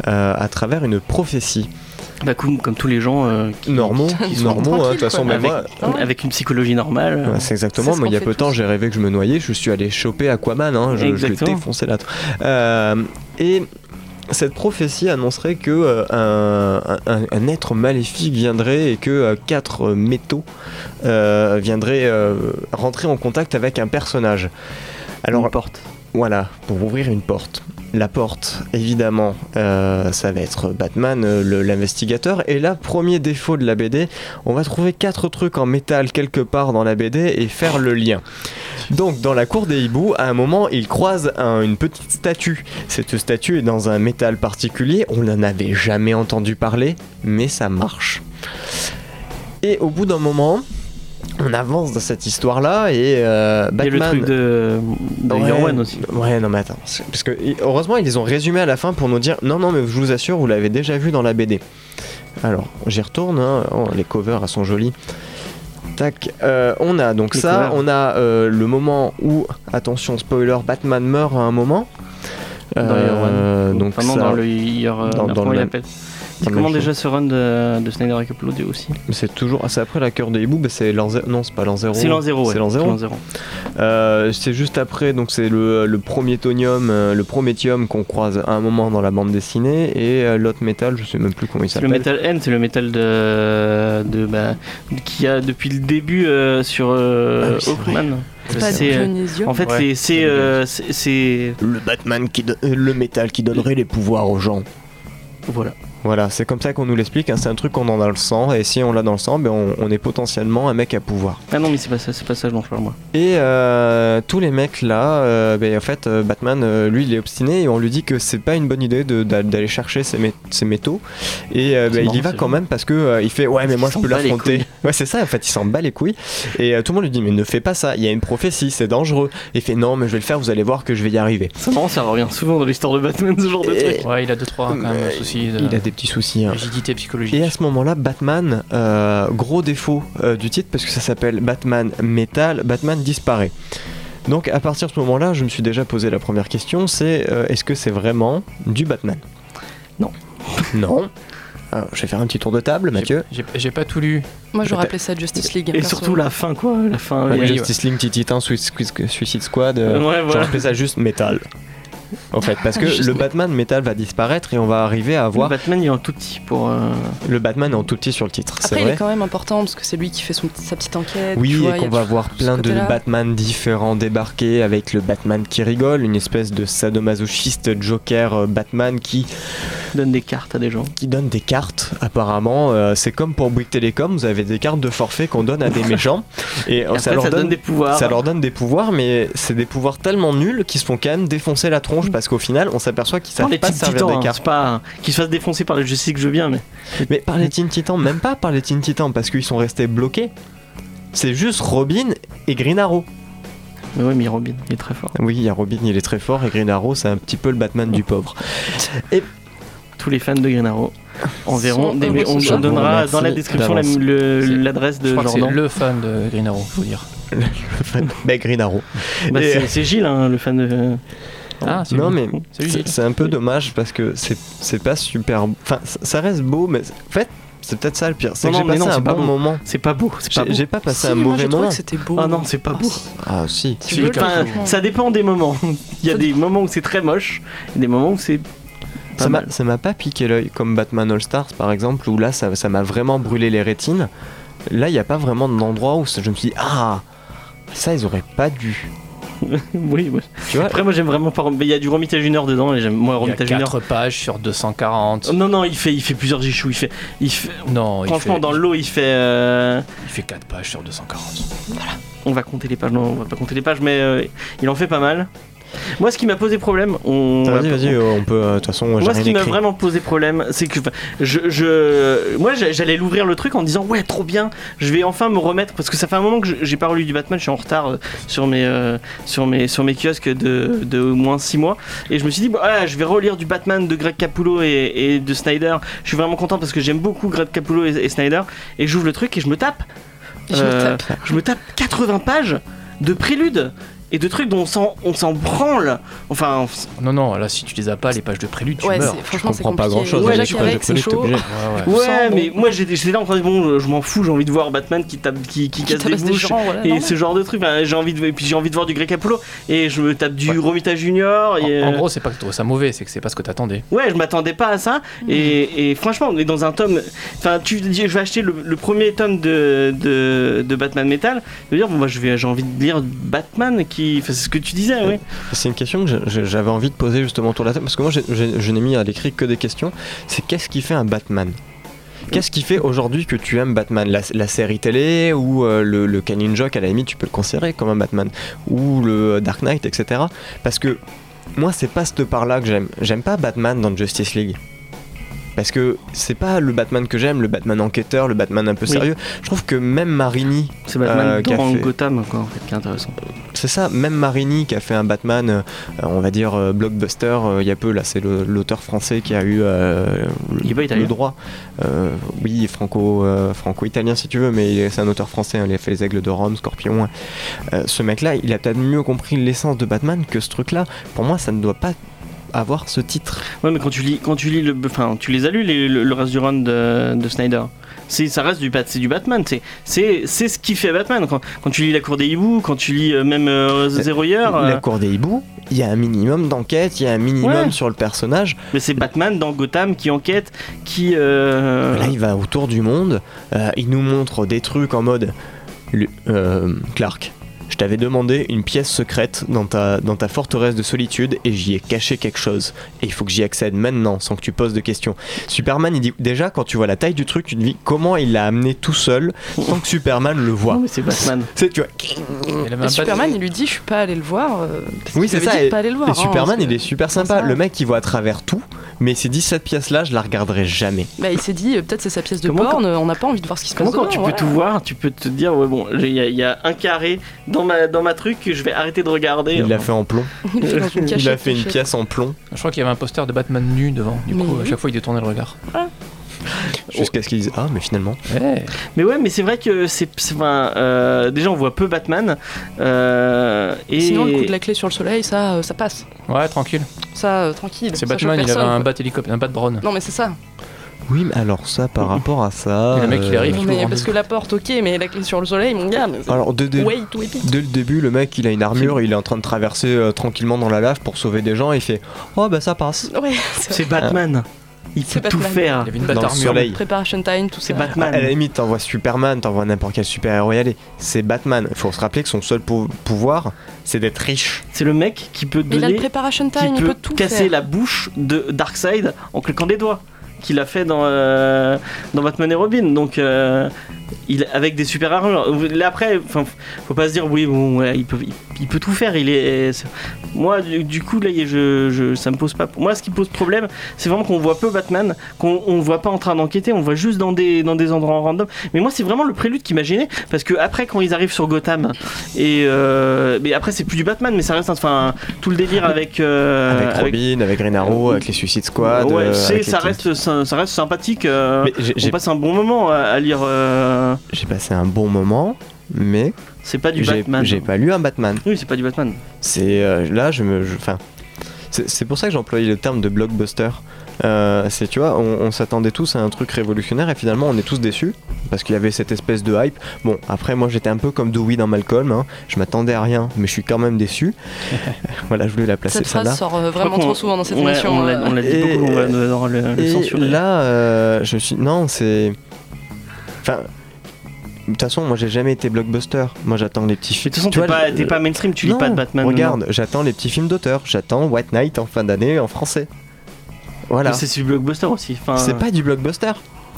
euh, à travers une prophétie.
Bah comme, comme tous les gens euh, qui-
Normaux,
Ils sont
normaux, hein, de
tranquilles,
toute façon,
quoi.
mais
Avec-
moi,
Ah ouais.
avec une psychologie normale. euh,
Ouais, c'est exactement.
ce
Moi, il y a
qu'on
peu de
fait
temps,
tous.
j'ai rêvé que je me noyais. Je suis allé choper Aquaman. hein, je, je l'ai
Exactement.
défoncé là. Euh, et cette prophétie annoncerait que euh, un, un- un être maléfique viendrait et que euh, quatre euh, métaux euh, viendraient euh, rentrer en contact avec un personnage. Alors,
une porte.
voilà, pour ouvrir une porte. La porte, évidemment, euh, ça va être Batman, euh, le- l'investigateur. Et là, premier défaut de la BD, on va trouver quatre trucs en métal quelque part dans la BD et faire le lien. Donc, dans la cour des hiboux, à un moment, il croise un- une petite statue. Cette statue est dans un métal particulier, on n'en avait jamais entendu parler, mais ça marche. Et au bout d'un moment, on avance dans cette histoire-là et euh,
Il y a le
Batman.
truc de, de
Ouais. bah,
Year One aussi.
Ouais, non, mais attends. c'est- Parce que et- heureusement, ils les ont résumés à la fin pour nous dire non, non, mais je vous assure, vous l'avez déjà vu dans la BD. Alors, j'y retourne. hein. Oh, les covers, elles sont jolies. Tac. euh, on a donc
Les
ça.
covers.
On a euh, le moment où, attention, spoiler, Batman meurt à un moment.
Dans Year One.
Euh, donc
Enfin, non,
ça-
dans le Year. euh,
dans- dans
comment
le
il
même-
appelle
Ça
C'est
me
comment
chauffe.
déjà ce run de, de Snyder et Upload aussi
Mais c'est toujours. ah, c'est après la cœur de hibou, mais c'est l'an zéro. Non, c'est pas l'an zéro.
C'est l'an 0.
C'est l'an zéro. Euh, c'est juste après, donc c'est le, le premier tonium, euh, le prométhium qu'on croise à un moment dans la bande dessinée, et euh, l'autre métal, je sais même plus comment il
C'est le
s'appelle.
métal N, c'est le métal de, de bah, qui a depuis le début euh, sur euh,
Ah oui, c'est vrai.
Hawkman.
C'est pas
C'est,
du
euh,
Dionysium.
En fait,
Ouais.
c'est- c'est euh, c'est c'est-
Le Batman qui don- euh, le métal qui donnerait les pouvoirs aux gens.
voilà.
Voilà, c'est comme ça qu'on nous l'explique. hein, C'est un truc qu'on en a le sang, et si on l'a dans le sang, ben on, on est potentiellement un mec à pouvoir.
Ah non, mais c'est pas ça, c'est pas ça dont je parle moi.
Et euh, tous les mecs là, euh, ben, en fait, euh, Batman, euh, lui, il est obstiné et on lui dit que c'est pas une bonne idée de- d'a- d'aller chercher ces, mé- ces métaux. Et euh, ben,
C'est
il
marrant,
y va
c'est
quand même parce que euh, il fait ouais, mais
Parce
moi
qu'il
je peux
s'en bat les
l'affronter. Ouais, c'est ça. En fait, il s'en bat les couilles. Et euh, tout le monde lui dit mais ne fais pas ça. Il y a une prophétie, c'est dangereux. Et il fait non, mais je vais le faire. Vous allez voir que je vais y arriver.
C'est marrant, ça revient souvent dans l'histoire de Batman ce genre de
Et-
truc.
Ouais, il a 2-3 quand même
Euh,
soucis de
Il a des petits soucis. hein.
rigidité psychologique.
Et à ce moment-là, Batman, euh, gros défaut euh, du titre parce que ça s'appelle Batman Metal, Batman disparaît. Donc à partir de ce moment-là, je me suis déjà posé la première question, c'est euh, est-ce que c'est vraiment du Batman
Non.
(laughs) Non. Alors, je vais faire un petit tour de table,
J'ai-
Mathieu.
j'ai- J'ai pas tout lu.
Moi, j'aurais
Peut-être.
appelé ça Justice League.
Et
perso.
surtout la fin quoi, la fin.
Ouais,
il y a-
Justice League, Teen Titans, Sui- Sui- Suicide Squad. euh,
Ouais,
J'aurais
voilà.
appelé ça juste Metal. En fait, parce que
Juste
le
Mé-
Batman Metal va disparaître et on va arriver à
Le
avoir
Batman il est en tout petit pour. euh,
le Batman en tout petit sur le titre. C'est
Après, il
vrai.
est quand même important parce que c'est lui qui fait son, sa petite enquête. tu
Oui,
vois, il
et
y
qu'on
a
va
tout
voir
ce
plein de
côté-là.
Batman différents débarquer avec le Batman qui rigole, une espèce de sadomasochiste Joker euh, Batman qui,
Donne des cartes à des gens.
qui donne des cartes. Apparemment, euh, c'est comme pour Bouygues Télécom, vous avez des cartes de forfait qu'on donne
(laughs)
à des méchants et euh,
Et
ça
après,
leur
ça donne des pouvoirs.
ça leur donne des pouvoirs, mais c'est des pouvoirs tellement nuls qu'ils se font quand même défoncer la tronche parce qu'au final, on s'aperçoit qu'ils
Mm. Par
savent
les
pas se
petits
servir
titans,
des
hein,
cartes.
c'est pas qu'ils se fassent défoncer par les. Je sais que je veux bien, mais
Mais par les Teen Titans, même pas par les Teen Titans parce qu'ils sont restés bloqués. C'est juste Robin et Green Arrow.
mais ouais, mais Robin, il est très fort.
Oui, il y a Robin, il est très fort, et Green Arrow, c'est un petit peu le Batman du pauvre.
Tous les fans de Green Arrow enverront.
Sans-
des-
euh,
mais on,
sans-
on donnera
Merci
dans la description la-
d'avance.
le-
C'est-
l'adresse
Je
de
crois que c'est
Jordan.
le fan de Green Arrow, faut dire.
Ben,
Mais Green Arrow.
Bah,
Et-
c'est c'est Gilles, hein, le fan de.
Ah, c'est
Non,
lui.
mais
Salut,
c'est
Gilles.
c'est un peu dommage parce que c'est c'est pas super. Enfin, ça- ça reste beau, mais en fait, c'est peut-être ça le pire. C'est
Non,
que j'ai
non, mais
passé
non,
un
c'est pas
bon
beau.
moment.
C'est pas beau. C'est pas
J'ai
beau.
j'ai pas passé
Si,
un
moi,
mauvais
j'ai trouvé
moment.
que c'était beau.
Ah non, c'est pas beau.
si.
Ah, si.
C'est
Si,
beau,
quand
le
Enfin,
même.
franchement.
ça dépend des moments. (laughs) Il y a
Faut-
des moments où c'est très moche, et des moments où c'est. pas
Ça m'a-
mal.
ça m'a pas piqué l'œil, comme Batman All Stars par exemple, où là ça ça m'a vraiment brûlé les rétines. Là, il n'y a pas vraiment d'endroit où je me suis dit, ah, ça ils auraient pas dû.
oui, ouais.
Tu vois,
Après, moi, j'aime vraiment pas. Rom- mais Il y a du Romitage Junior dedans, et j'aime. Moi,
Il y a
Romitage Junior.
4 pages sur 240.
Non, non, il fait, il fait plusieurs gichous. Il fait, il fait-
Non, il
Franchement,
fait,
dans l'eau, il fait. euh,
il fait 4 pages sur 240.
On va compter les pages. Non, on va pas compter les pages, mais euh, il en fait pas mal. Moi, ce qui m'a posé problème, on.
vas-y, vas-y, on peut. euh, De toute façon, j'ai
Moi, ce qui
rien
m'a
écrit.
vraiment posé problème, c'est que enfin, je, je, moi, j'a- j'allais l'ouvrir le truc en disant ouais, trop bien, je vais enfin me remettre parce que ça fait un moment que je- j'ai pas relu du Batman, je suis en retard euh, sur mes, euh, sur mes, sur mes kiosques de, de au moins 6 mois, et je me suis dit bah, ah, je vais relire du Batman de Greg Capullo et, et de Snyder. Je suis vraiment content parce que j'aime beaucoup Greg Capullo et, et Snyder, et j'ouvre le truc et je me tape,
Je me
euh,
tape.
je me tape 80 pages de préludes et de trucs dont on s'en, on s'en branle. Enfin, on s-
Non, non, là, si tu les as pas, les pages de prélude, tu
Ouais,
meurs.
c'est-
Je
franchement, c'est
comprends pas
compliqué.
grand chose.
Ouais,
Déjà
j'ai
qu'avec, c'est chaud.
Ouais, ouais.
Ouais,
sens bon.
mais moi j'étais j'étais là en train de bon, euh, je m'en fous, j'ai envie de voir Batman qui tape, qui, qui
Qui
casse des
tabasse des
bouches
gens, Ah, voilà,
et
normal.
ce genre de truc. Enfin, j'ai envie de et puis j'ai envie de voir du Greg Capullo et je me tape du Romita Junior.
En,
Et,
en
euh,
gros, c'est pas que tu trouves ça mauvais, c'est que c'est pas ce que t'attendais.
ouais, je m'attendais pas à ça et, et franchement, on est dans un tome. Enfin, tu te dis, je vais acheter le, le premier tome de, de, de Batman Metal. Je veux dire, bon, moi je vais j'ai envie de lire Batman qui. Enfin, c'est ce que tu disais, oui.
C'est une question que j'ai- j'avais envie de poser justement autour de la table, parce que moi j'ai- j'ai- je n'ai mis à l'écrit que des questions. C'est qu'est-ce qui fait un Batman Qu'est-ce qui fait aujourd'hui que tu aimes Batman la, la série télé ou euh, le, le Canyon Joke, à la limite, tu peux le considérer comme un Batman, ou le euh, Dark Knight, etc. Parce que moi, c'est pas cette part-là que j'aime. J'aime pas Batman dans Justice League. Parce que c'est pas le Batman que j'aime, le Batman enquêteur, le Batman un peu
Oui.
sérieux. Je trouve que même Marini,
C'est Batman
Euh,
dans
café.
Gotham, quoi, en fait, qui est intéressant.
c'est ça, même Marini qui a fait un Batman, euh, on va dire euh, blockbuster, euh, il y a peu, là c'est le- l'auteur français qui a eu euh,
Il est pas
le,
italien.
le droit. Euh, oui, franco, euh, franco-italien si tu veux, mais il est- c'est un auteur français, hein, il a fait les aigles de Rome, Scorpion. hein. Euh, ce mec-là, il a peut-être mieux compris l'essence de Batman que ce truc-là. Pour moi, ça ne doit pas avoir ce titre.
Ouais, mais quand tu lis, quand tu lis le, enfin, tu les as lus les- le, le reste du run de, de Snyder. C'est, ça reste du Bat- c'est du Batman. C'est, c'est, c'est ce qui fait Batman. Quand, quand tu lis La Cour des hiboux, quand tu lis euh, même euh, Zero Year,
La
euh,
cour des hiboux, il y a un minimum d'enquête, il y a un minimum
Ouais.
sur le personnage.
mais c'est Batman dans Gotham qui enquête, qui. euh,
Là, il va autour du monde, euh, il nous montre des trucs en mode le- euh, Clark. Je t'avais demandé une pièce secrète dans ta, dans ta forteresse de solitude et j'y ai caché quelque chose. Et il faut que j'y accède maintenant sans que tu poses de questions. Superman, il dit déjà quand tu vois la taille du truc, tu te dis comment il l'a amené tout seul sans que Superman le voit.
Non, mais c'est Batman.
C'est tu vois.
Il a même
Et
pas-
Superman, il lui dit, je suis pas allé le voir. euh, parce
Bah, Oui,
qu'il
c'est
lui
ça,
dit de pas aller le voir.
Et
hein,
Superman,
parce
il
que-
est super sympa.
ça.
Le mec, il voit à travers tout, mais il s'est dit cette pièce-là, je la regarderai jamais.
Bah, il s'est dit, euh, peut-être c'est sa pièce de
Comment
porn. euh, On n'a pas envie de voir ce qui se passe.
Comment quand tu peux
dehors, hein.
tout
voilà.
voir, tu peux te dire ouais bon, j'ai- il y, a- il y a un carré dans ma dans ma truc que je vais arrêter de regarder.
Il l'a fait en plomb.
Il l'a fait
(laughs)
dans une
Il a
cachette, euh,
fait une
cachette.
pièce en plomb
Je crois qu'il y avait un poster de Batman nu devant. Du
Mais
coup, à
oui.
chaque fois, il détournait le regard.
Oh.
jusqu'à ce qu'il dise ah mais finalement.
Ouais.
Mais ouais, mais c'est vrai que c'est c'est- enfin, euh, déjà on voit peu Batman euh, et
Sinon, le coup de la clé sur le soleil, ça, euh, ça passe.
Ouais, tranquille.
Ça, euh, tranquille.
C'est
ça choque
Batman, il avait
personne,
un
quoi.
bat hélicoptère, un bat drone.
Non, mais c'est ça.
Oui mais alors ça par rapport à ça. euh,
Et le mec, il arrive.
Mais
ouvre en
parce
deux.
que la porte, ok, mais la clé sur le soleil, mon gars. mais c'est-
Alors de, de-
Wait, tout épique.
dès le début le mec il a une armure, il est en train de traverser euh, tranquillement dans la lave pour sauver des gens et il fait oh bah ça passe.
Ouais, (laughs)
c'est Batman. Il peut
Ah. C'est
tout
Batman.
faire.
Il y avait une
Dans
bat
le
armure.
soleil.
Preparation time, tout ça.
C'est
Ah, à la
Batman.
limite t'envoies Superman, t'envoies n'importe quel super héros y aller. C'est Batman. Il faut se rappeler que son seul pou- pouvoir c'est d'être riche.
C'est le mec qui peut
Mais il a le
donner,
preparation
qui
time, il
peut,
peut tout
casser
faire.
la bouche de Darkseid en cliquant des doigts, qu'il a fait dans euh, dans Batman et Robin. Donc euh, il avec des super armures. Là après, enfin, faut pas se dire oui bon, ouais, il peut il, il peut tout faire. Il est c'est- moi du, du coup là il- je, je ça me pose pas. Moi ce qui pose problème, c'est vraiment qu'on voit peu Batman, qu'on on le voit pas en train d'enquêter, on le voit juste dans des dans des endroits random. Mais moi c'est vraiment le prélude qui m'a gêné parce que après quand ils arrivent sur Gotham et euh, mais après c'est plus du Batman mais ça reste enfin tout le délire avec euh,
avec
avec- Euh,
Robin, avec Green Arrow, avec les Suicide Squad.
Ouais,
euh,
c'est-
avec les
ça
Teen
reste ça, ça reste sympathique. euh,
Mais j'ai-
on
j'ai-
passe un bon moment à, à lire. euh,
J'ai passé un bon moment, mais
c'est pas du
j'ai
Batman.
j'ai pas lu un Batman.
Oui, c'est pas du Batman.
C'est euh, là, je me, je- enfin, c'est c'est pour ça que j'employais le terme de blockbuster. Euh, c'est tu vois, on, on s'attendait tous à un truc révolutionnaire et finalement on est tous déçus parce qu'il y avait cette espèce de hype. Bon, après moi j'étais un peu comme Dewey dans Malcolm, hein. je m'attendais à rien, mais je suis quand
(laughs)
même déçu. voilà, je voulais la placer
Cette
ça là.
phrase sort euh,
Je crois
vraiment
qu'on-
trop souvent dans cette
ouais,
émission.
On l'a
euh,
on l'a dit
Et-
beaucoup. On va devoir le, le
Et
censurer.
là, euh, je suis. Non, c'est. Enfin. De toute façon, moi j'ai jamais été blockbuster. Moi j'attends les petits
Mais
films.
de toute façon,
Tu
t'es
vois,
pas,
je-
t'es pas mainstream, tu
Non,
lis pas de Batman.
Regarde, j'attends les petits films d'auteur. J'attends White Knight en fin d'année en français.
non.
Voilà.
Mais C'est du blockbuster aussi. Enfin,
C'est pas du blockbuster.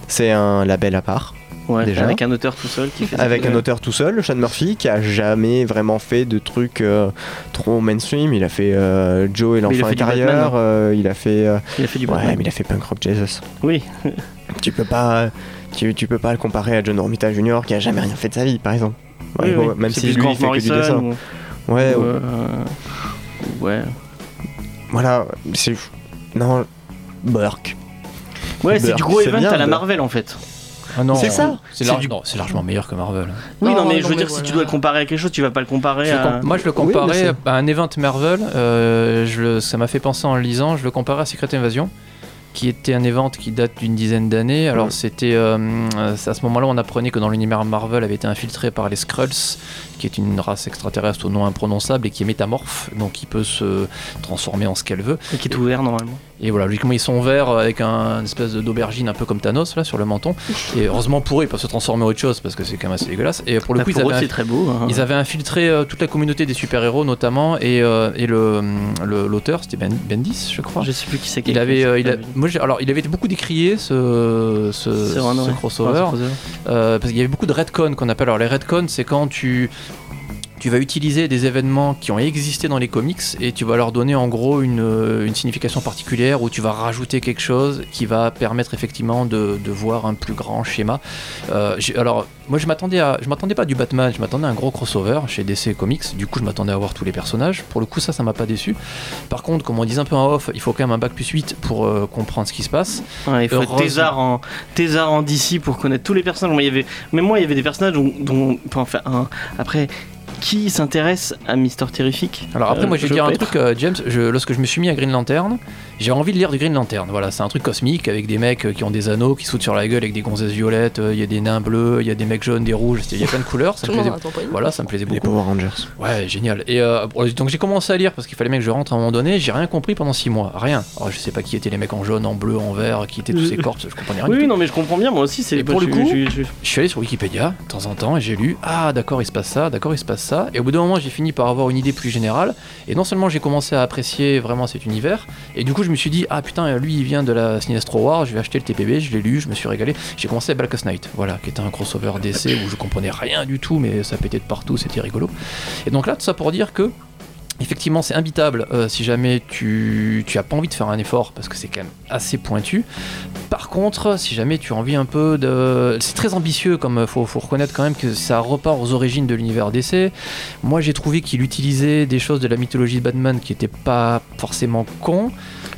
C'est un label à part,
ouais,
déjà.
Avec un auteur tout seul qui fait. euh,
avec un auteur tout seul, Sean Murphy, qui a jamais vraiment fait de trucs euh, trop mainstream. Il a fait euh, Joe et
Mais il a
l'enfin
fait du Batman,
intérieur, euh, il a fait. euh,
Il a fait du
ouais,
Batman.
mais il a fait Punk Rock Jesus.
Oui.
Tu peux pas, tu, tu peux pas le comparer à John Romita Jr. qui a jamais rien fait de sa vie, par exemple. Ouais,
oui,
bon,
oui.
Même
C'est
si
plus
lui
Grant
il fait que du
Morrison
dessin.
ou-
Ouais,
ou, euh, Ouais.
voilà, c'est non, Burke.
Ouais, c'est
Burke,
du gros
c'est
event
bien,
à la
Burke.
Marvel en fait.
Ah non,
C'est ça.
C'est
C'est
lar-
du-
non, c'est largement meilleur que Marvel.
Oui, non,
Non,
mais je
non,
veux
mais
dire, si tu
voilà.
dois le comparer à quelque chose, tu vas pas le comparer
Je le
à.
com- Moi, je le
euh, Oui, mais
comparais
c'est-
à un event Marvel. euh, je le- ça m'a fait penser en le lisant. Je le comparais à Secret Invasion, qui était un event qui date d'une dizaine d'années. Alors,
Mm.
c'était euh, euh, à ce moment-là, on apprenait que dans l'univers Marvel avait été infiltré par les Skrulls, qui est une race extraterrestre au nom imprononçable et qui est métamorphe, donc qui peut se transformer en ce qu'elle veut.
Et qui est ouvert normalement.
Et voilà, logiquement, ils sont verts avec un une espèce de- d'aubergine un peu comme Thanos là sur le menton. Et heureusement pour eux, ils peuvent se transformer en autre chose parce que c'est quand même assez dégueulasse. Et pour le
Bah,
coup, ils
pour eux,
avaient un-
c'est très beau. hein.
ils avaient infiltré euh, toute la communauté des super-héros notamment et, euh, et le, hum, le- l'auteur, c'était Ben- Bendis, je crois.
Je sais plus qui c'est qui
Il
a
avait,
écrit,
euh,
c'est
il
pas
a-
lui.
moi, j'ai- alors, il avait été beaucoup décrié ce, ce,
euh,
C'est vraiment,
ce
ouais. Ah,
crossover
Enfin,
euh, parce qu'il y avait beaucoup de redcon qu'on appelle. Alors les redcon, c'est quand tu tu vas utiliser des événements qui ont existé dans les comics et tu vas leur donner en gros une, euh, une signification particulière ou tu vas rajouter quelque chose qui va permettre effectivement de, de voir un plus grand schéma. Euh, j'ai- alors moi je m'attendais à je m'attendais pas à du Batman, je m'attendais à un gros crossover chez DC Comics. Du coup je m'attendais à voir tous les personnages. Pour le coup ça ça m'a pas déçu. Par contre comme on disait un peu en off, il faut quand même un bac plus 8 pour euh, comprendre ce qui se passe.
Ouais, il faut être
Heureusement.
thésard en, thésard en DC pour connaître tous les personnages. Moi, il y avait, même moi, il y avait des personnages dont, dont- enfin, enfin, un- après, qui s'intéresse à Mister Terrific.
Alors après,
Euh,
moi, je vais
je
dire un
peux
truc, euh, James. je- lorsque je me suis mis à Green Lantern, j'ai envie de lire du Green Lantern. Voilà, c'est un truc cosmique avec des mecs euh, qui ont des anneaux, qui sautent sur la gueule avec des gonzesses violettes. euh, Il y a des nains bleus, il y a des mecs jaunes, des rouges. c'est- Il y a plein de couleurs. Ça
Tout
me
le monde
plaisait.
en attend pas une.
Voilà, ça me plaisait
Les
beaucoup.
Power Rangers.
Ouais, génial. Et euh, bon, donc j'ai commencé à lire parce qu'il fallait bien que je rentre à un moment donné. J'ai rien compris pendant 6 mois, rien. Alors je sais pas qui étaient les mecs en jaune, en bleu, en vert, qui étaient tous ces corps, je comprenais rien.
Oui,
du
oui,
tout.
non, mais je comprends bien, moi aussi, c'est
Et pour le
je-
coup-
je- je- je-
Je suis allé sur Wikipédia de temps en temps et j'ai lu ah d'accord il se passe ça, d'accord il se passe ça. Et au bout d'un moment j'ai fini par avoir une idée plus générale. Et non seulement j'ai commencé à apprécier vraiment cet univers, et du coup je me suis dit ah putain lui il vient de la Sinestro War, je vais acheter le TPB, je l'ai lu, je me suis régalé. J'ai commencé à Blackest Night, voilà, qui était un crossover d'essai où je comprenais rien du tout mais ça pétait de partout, c'était rigolo. Et donc là tout ça pour dire que Effectivement, c'est imbitable euh, si jamais tu, tu as pas envie de faire un effort parce que c'est quand même assez pointu. Par contre, si jamais tu as envie un peu de. C'est très ambitieux, comme euh, faut, faut reconnaître quand même que ça repart aux origines de l'univers DC. Moi, j'ai trouvé qu'il utilisait des choses de la mythologie de Batman qui n'étaient pas forcément cons.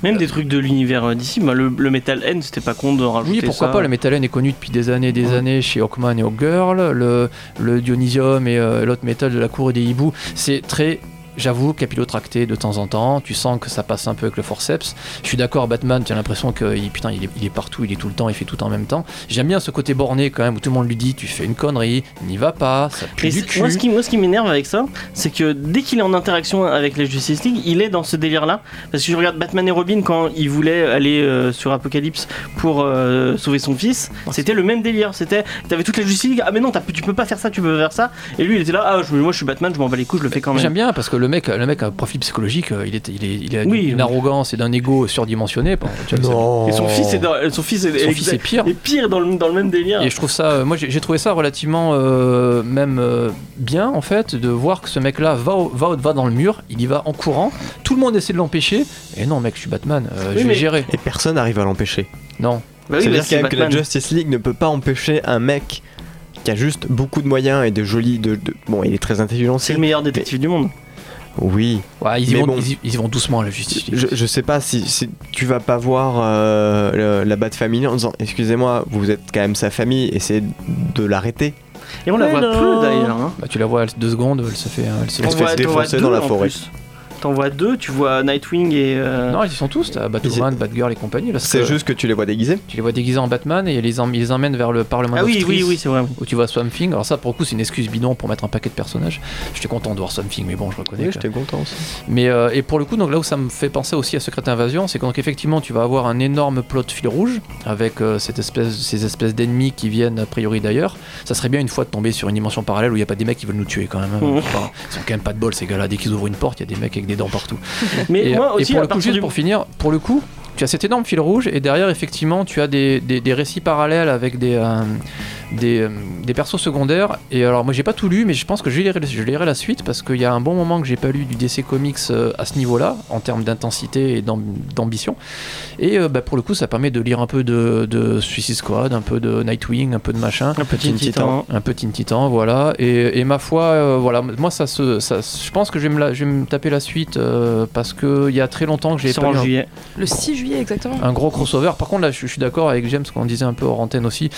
Même des trucs de l'univers euh, d'ici, bah, le, le Metal N, c'était pas con de rajouter
Oui, pourquoi
ça.
pas, le Metal Hand est connu depuis des années et des
Ouais.
années chez Hawkman et Hawkgirl. Le, le Dionysium et euh, l'autre métal de la cour et des hiboux, c'est très. J'avoue, capillotracté de temps en temps, tu sens que ça passe un peu avec le forceps. Je suis d'accord, Batman, tu as l'impression qu'il putain, il est, il est partout, il est tout le temps, il fait tout en même temps. J'aime bien ce côté borné quand même où tout le monde lui dit tu fais une connerie, n'y va pas, ça pue
Et
du
c'est-
cul.
moi, ce qui, moi, ce qui m'énerve avec ça, c'est que dès qu'il est en interaction avec les Justice League, il est dans ce délire-là. Parce que je regarde Batman et Robin quand il voulait aller euh, sur Apocalypse pour euh, sauver son fils, c'était le même délire. C'était, t'avais toute la Justice League. Ah mais non, t'as- tu peux pas faire ça, tu peux pas faire ça. Et lui, il était là. Ah, je- moi, je suis Batman, je m'en bats les couilles, je le fais quand même.
J'aime bien parce que le mec, le mec a un profil psychologique, euh, il, est, il, est, il a
Oui,
une
oui.
arrogance et d'un ego surdimensionné. Bon, tu vois,
Et son fils est, dans- son fils est,
Son fils est pire.
est pire dans le, dans le même délire.
Et je trouve ça, euh, moi j'ai j'ai trouvé ça relativement euh, même euh, bien en fait de voir que ce mec-là va, au- va, au- va dans le mur, il y va en courant, tout le monde essaie de l'empêcher, et non mec je suis Batman, euh,
Oui,
je vais
mais-
gérer.
Et personne n'arrive à l'empêcher.
Non,
Bah oui,
cest
mais
à dire quand même que la
Batman.
Justice League ne peut pas empêcher un mec qui a juste beaucoup de moyens et de jolis. De, de- Bon, il est très intelligent
C'est
aussi.
le meilleur détective du monde.
Oui.
Ouais, ils, y
Mais
vont,
bon.
ils, y- ils y vont doucement à la justice.
Je, je sais pas si, si tu vas pas voir euh, le- la Bat Family en disant Excusez-moi, vous êtes quand même sa famille, essayez de l'arrêter.
Et on la voit
Hello.
plus d'ailleurs. hein.
Bah, tu la vois elle- deux secondes, elle se fait... euh, Elle se
On
fait-
se fait
T'en vois- t'en vois
défoncer dans
deux,
la
en
forêt.
plus. T'en vois deux, tu vois Nightwing et. euh,
Non ils y sont tous, t'as Batwoman, Batgirl et compagnie, parce
C'est
que
juste que tu les vois déguisés.
tu les vois déguisés en Batman et ils les, em- ils les emmènent vers le Parlement
Ah oui,
d'Autriche.
oui, oui, c'est vrai.
Où tu vois Swamp Thing, alors ça pour le coup c'est une excuse bidon pour mettre un paquet de personnages. J'étais content de voir Swamp Thing, mais bon je reconnais que-
content aussi.
Mais euh, et pour le coup, donc là où ça me fait penser aussi à Secret Invasion, c'est quand effectivement tu vas avoir un énorme plot de fil rouge avec euh, cette espèce, ces espèces d'ennemis qui viennent a priori d'ailleurs. Ça serait bien une fois de tomber sur une dimension parallèle où il n'y a pas des mecs qui veulent nous tuer quand même. hein.
Mhm.
Enfin, ils ont quand même pas de bol ces gars-là. Dès qu'ils ouvrent une porte, il y a des mecs avec des dents partout.
Mais
Et, euh,
moi
et
aussi,
pour
à
le coup,
partir
juste
du-
pour finir, pour le coup, tu as cet énorme fil rouge et derrière, effectivement, tu as des, des- des récits parallèles avec des, euh, des, euh, des persos secondaires. Et alors, moi, j'ai pas tout lu, mais je pense que je lirai, je lirai la suite parce qu'il y a un bon moment que j'ai pas lu du DC Comics euh, à ce niveau-là, en termes d'intensité et d'am- d'ambition. Et euh, bah, pour le coup, ça permet de lire un peu de, de Suicide Squad, un peu de Nightwing, un peu de machin
Un petit
Teen
titan.
un peu Teen Titan, voilà. Et, et ma foi, euh, voilà, moi ça se, ça, se- je pense que je vais me, la- je vais me taper la suite euh, parce que il y a très longtemps que j'ai
C'est
pas
en
eu un-
juillet.
Le 6 juillet exactement.
un gros crossover. Par contre, là, je, je suis d'accord avec James qu'on disait un peu hors antenne aussi.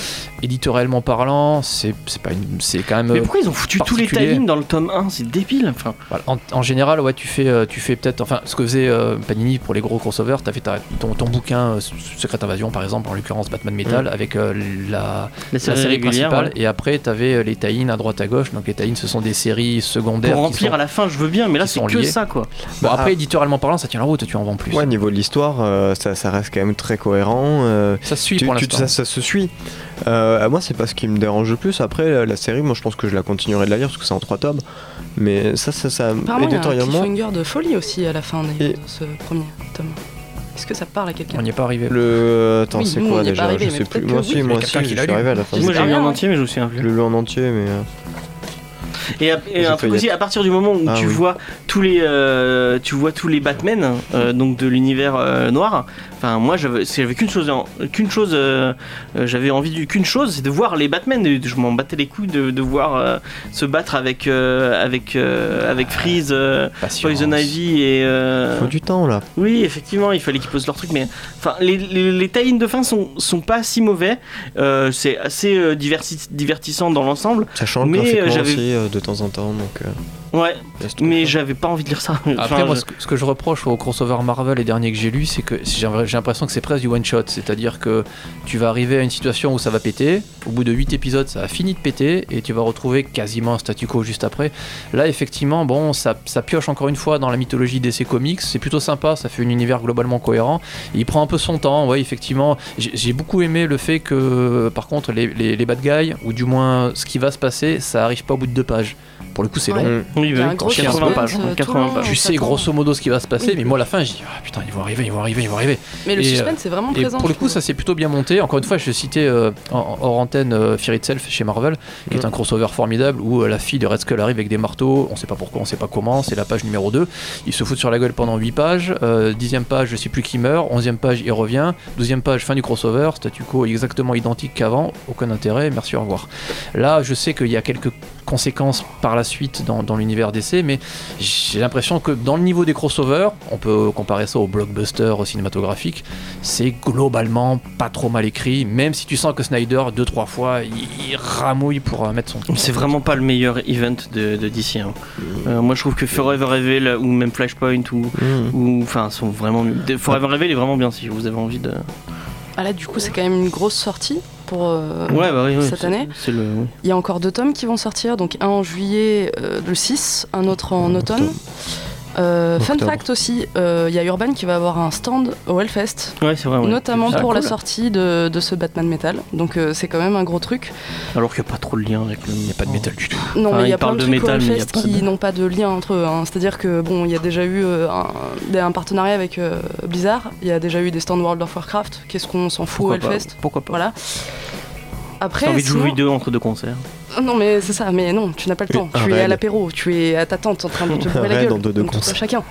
Éditorialement parlant, c'est c'est pas une, c'est quand même.
Mais
euh,
pourquoi ils ont foutu tous les
particulier.
timings dans le tome 1 C'est débile. Enfin,
voilà. en, en général, ouais, tu fais, euh, tu fais peut-être, enfin, ce que faisait euh, Panini pour les gros crossovers, t'as fait ta- ton, ton bouquin euh, Secret Invasion, par exemple, en l'occurrence Batman
Mm.
Metal, avec euh, la
la
la
série,
série
Euh, régulière.
principale
ouais.
et après tu avais les tie à droite à gauche donc les tie ce sont des séries secondaires
Pour
qui
remplir
sont-
à la fin, je veux bien, mais là,
qui
c'est
sont
que
liés.
ça, quoi.
bon
Bah,
après éditorialement parlant ça tient la route tu en vends plus
Ouais, niveau de l'histoire, euh, ça, ça reste quand même très cohérent. euh,
ça se suit
tu-
pour
tu-
l'instant
ça, ça se suit. Euh, moi, c'est pas ce qui me dérange le plus. Après, la, la série, moi, je pense que je la continuerai de la lire parce que c'est en trois tomes. Mais ça, ça, ça.
Apparemment, il y a un
éditorialement,
cliffhanger de folie aussi à la fin des-
Et-
de ce premier tome. Est-ce que ça parle à quelqu'un
on n'y est pas arrivé
le. Attends,
Oui,
c'est
nous, on
quoi
y est
déjà
pas arrivé,
Je
mais
sais
peut-être
plus.
que
Moi,
oui,
si,
il y a
moi,
quelqu'un
si,
qui
je
l'a
suis
lu.
arrivé à la fin.
Ils
Moi, j'ai lu en
Ouais.
entier, mais je me souviens plus.
Je l'ai lu en entier, mais. euh,
Et, à- et
Je
un truc
feuillette.
aussi, à partir du moment où
Ah,
tu
oui.
vois tous les, euh, tu vois tous les Batman, euh, donc de l'univers euh, noir, Enfin, moi, j'avais j'avais qu'une chose, en- qu'une chose, euh, euh, j'avais envie du- qu'une chose, c'est de voir les Batman. Et Je m'en battais les couilles de, de voir euh, se battre avec euh, avec euh, avec Freeze, euh,
Patience.
Poison Ivy et euh,
Ah, Faut du temps là.
oui, effectivement, il fallait qu'ils posent leur truc, mais enfin, les, les, les tie-ins de fin sont, sont pas si mauvais. Euh, c'est assez euh, diversi- divertissant dans l'ensemble.
Ça change
Mais, euh,
graphiquement
j'avais-
aussi euh, de temps en temps. Donc, euh,
Ouais,
laisse tomber.
mais j'avais pas envie de lire ça.
Après,
Enfin,
moi,
je-
ce que, ce que je reproche aux crossover Marvel les derniers que j'ai lus, c'est que j'ai j'ai l'impression que c'est presque du one shot. C'est-à-dire que tu vas arriver à une situation où ça va péter, au bout de 8 épisodes, ça a fini de péter, et tu vas retrouver quasiment un statu quo juste après. Là, effectivement, bon, ça, ça pioche encore une fois dans la mythologie DC Comics, c'est plutôt sympa, ça fait un univers globalement cohérent. Il prend un peu son temps, ouais, effectivement. J'ai j'ai beaucoup aimé le fait que, par contre, les, les, les bad guys, ou du moins ce qui va se passer, ça arrive pas au bout de deux pages. Pour le coup, c'est
Ouais.
long.
Hum.
oui,
Il y a
bah
un
oui,
gros
80
suspense,
pages,
euh,
80
tout le
pages.
long.
Tu
on
sais
s'attend.
grosso modo ce qui va se passer,
Oui.
mais moi à la fin, je dis Ah, putain, ils vont arriver, ils vont arriver, ils vont arriver.
Mais le
Et, euh,
suspense est vraiment
Et
présent.
pour le
je
coup,
trouve.
ça s'est plutôt bien monté. Encore une fois, je citais euh, en- hors antenne euh, Fear Itself chez Marvel, qui est un crossover formidable où euh, la fille de Red Skull arrive avec des marteaux. On sait pas pourquoi, on sait pas comment. C'est la page numéro 2. Il se fout sur la gueule pendant 8 pages. Euh, Dixième page, je sais plus qui meurt. Onzième page, il revient. Douzième page, fin du crossover. Statu quo exactement identique qu'avant. Aucun intérêt. Merci, au revoir. Là, je sais qu'il y a quelques conséquences par la suite dans, dans l'univers DC, mais j'ai l'impression que dans le niveau des crossovers, on peut comparer ça au blockbuster cinématographique c'est globalement pas trop mal écrit, même si tu sens que Snyder, deux, trois fois, il, il ramouille pour euh, mettre son.
C'est vraiment pas le meilleur event de, de DC. hein. Euh, moi, je trouve que Forever Reveal ou même Flashpoint ou
Hum.
ou enfin sont vraiment mieux. Forever Reveal est vraiment bien si vous avez envie de.
Ah là, du coup, c'est quand même une grosse sortie pour. euh,
Ouais, bah oui, oui,
Cette
c'est-
année
C'est le. oui.
Il y a encore deux tomes qui vont sortir, donc un en juillet, euh, le 6, un autre en automne. Euh, fun
Octobre.
fact aussi, euh, il y a Urban qui va avoir un stand au Hellfest,
Ouais, c'est vrai. ouais.
notamment
Ah,
pour la
cool.
sortie de, de ce Batman Metal. Donc euh, c'est quand même un gros truc.
Alors qu'il n'y a pas trop de lien avec le. Il n'y a
Pas de métal du tout.
Non,
Enfin,
mais il y
il
a plein
parle
de
de
trucs au
métal, mais il y a
Hellfest
pas de-
qui n'ont pas de lien entre eux. hein. C'est-à-dire que bon, il y a déjà eu euh, un, un partenariat avec euh, Blizzard, il y a déjà eu des stands World of Warcraft. Qu'est-ce qu'on s'en fout au
Pourquoi pas
Hellfest
Pourquoi pas
Voilà.
J'ai
Après,
envie de jouer aux
sinon-
vidéos entre deux concerts.
Non mais c'est ça, mais non, tu n'as pas le
Oui,
temps.
un
Tu es à
raid.
l'apéro, tu es à ta tante en train
(laughs)
de te bourrer
raid
la gueule.
en deux- deux
Donc,
concerts.
Chacun.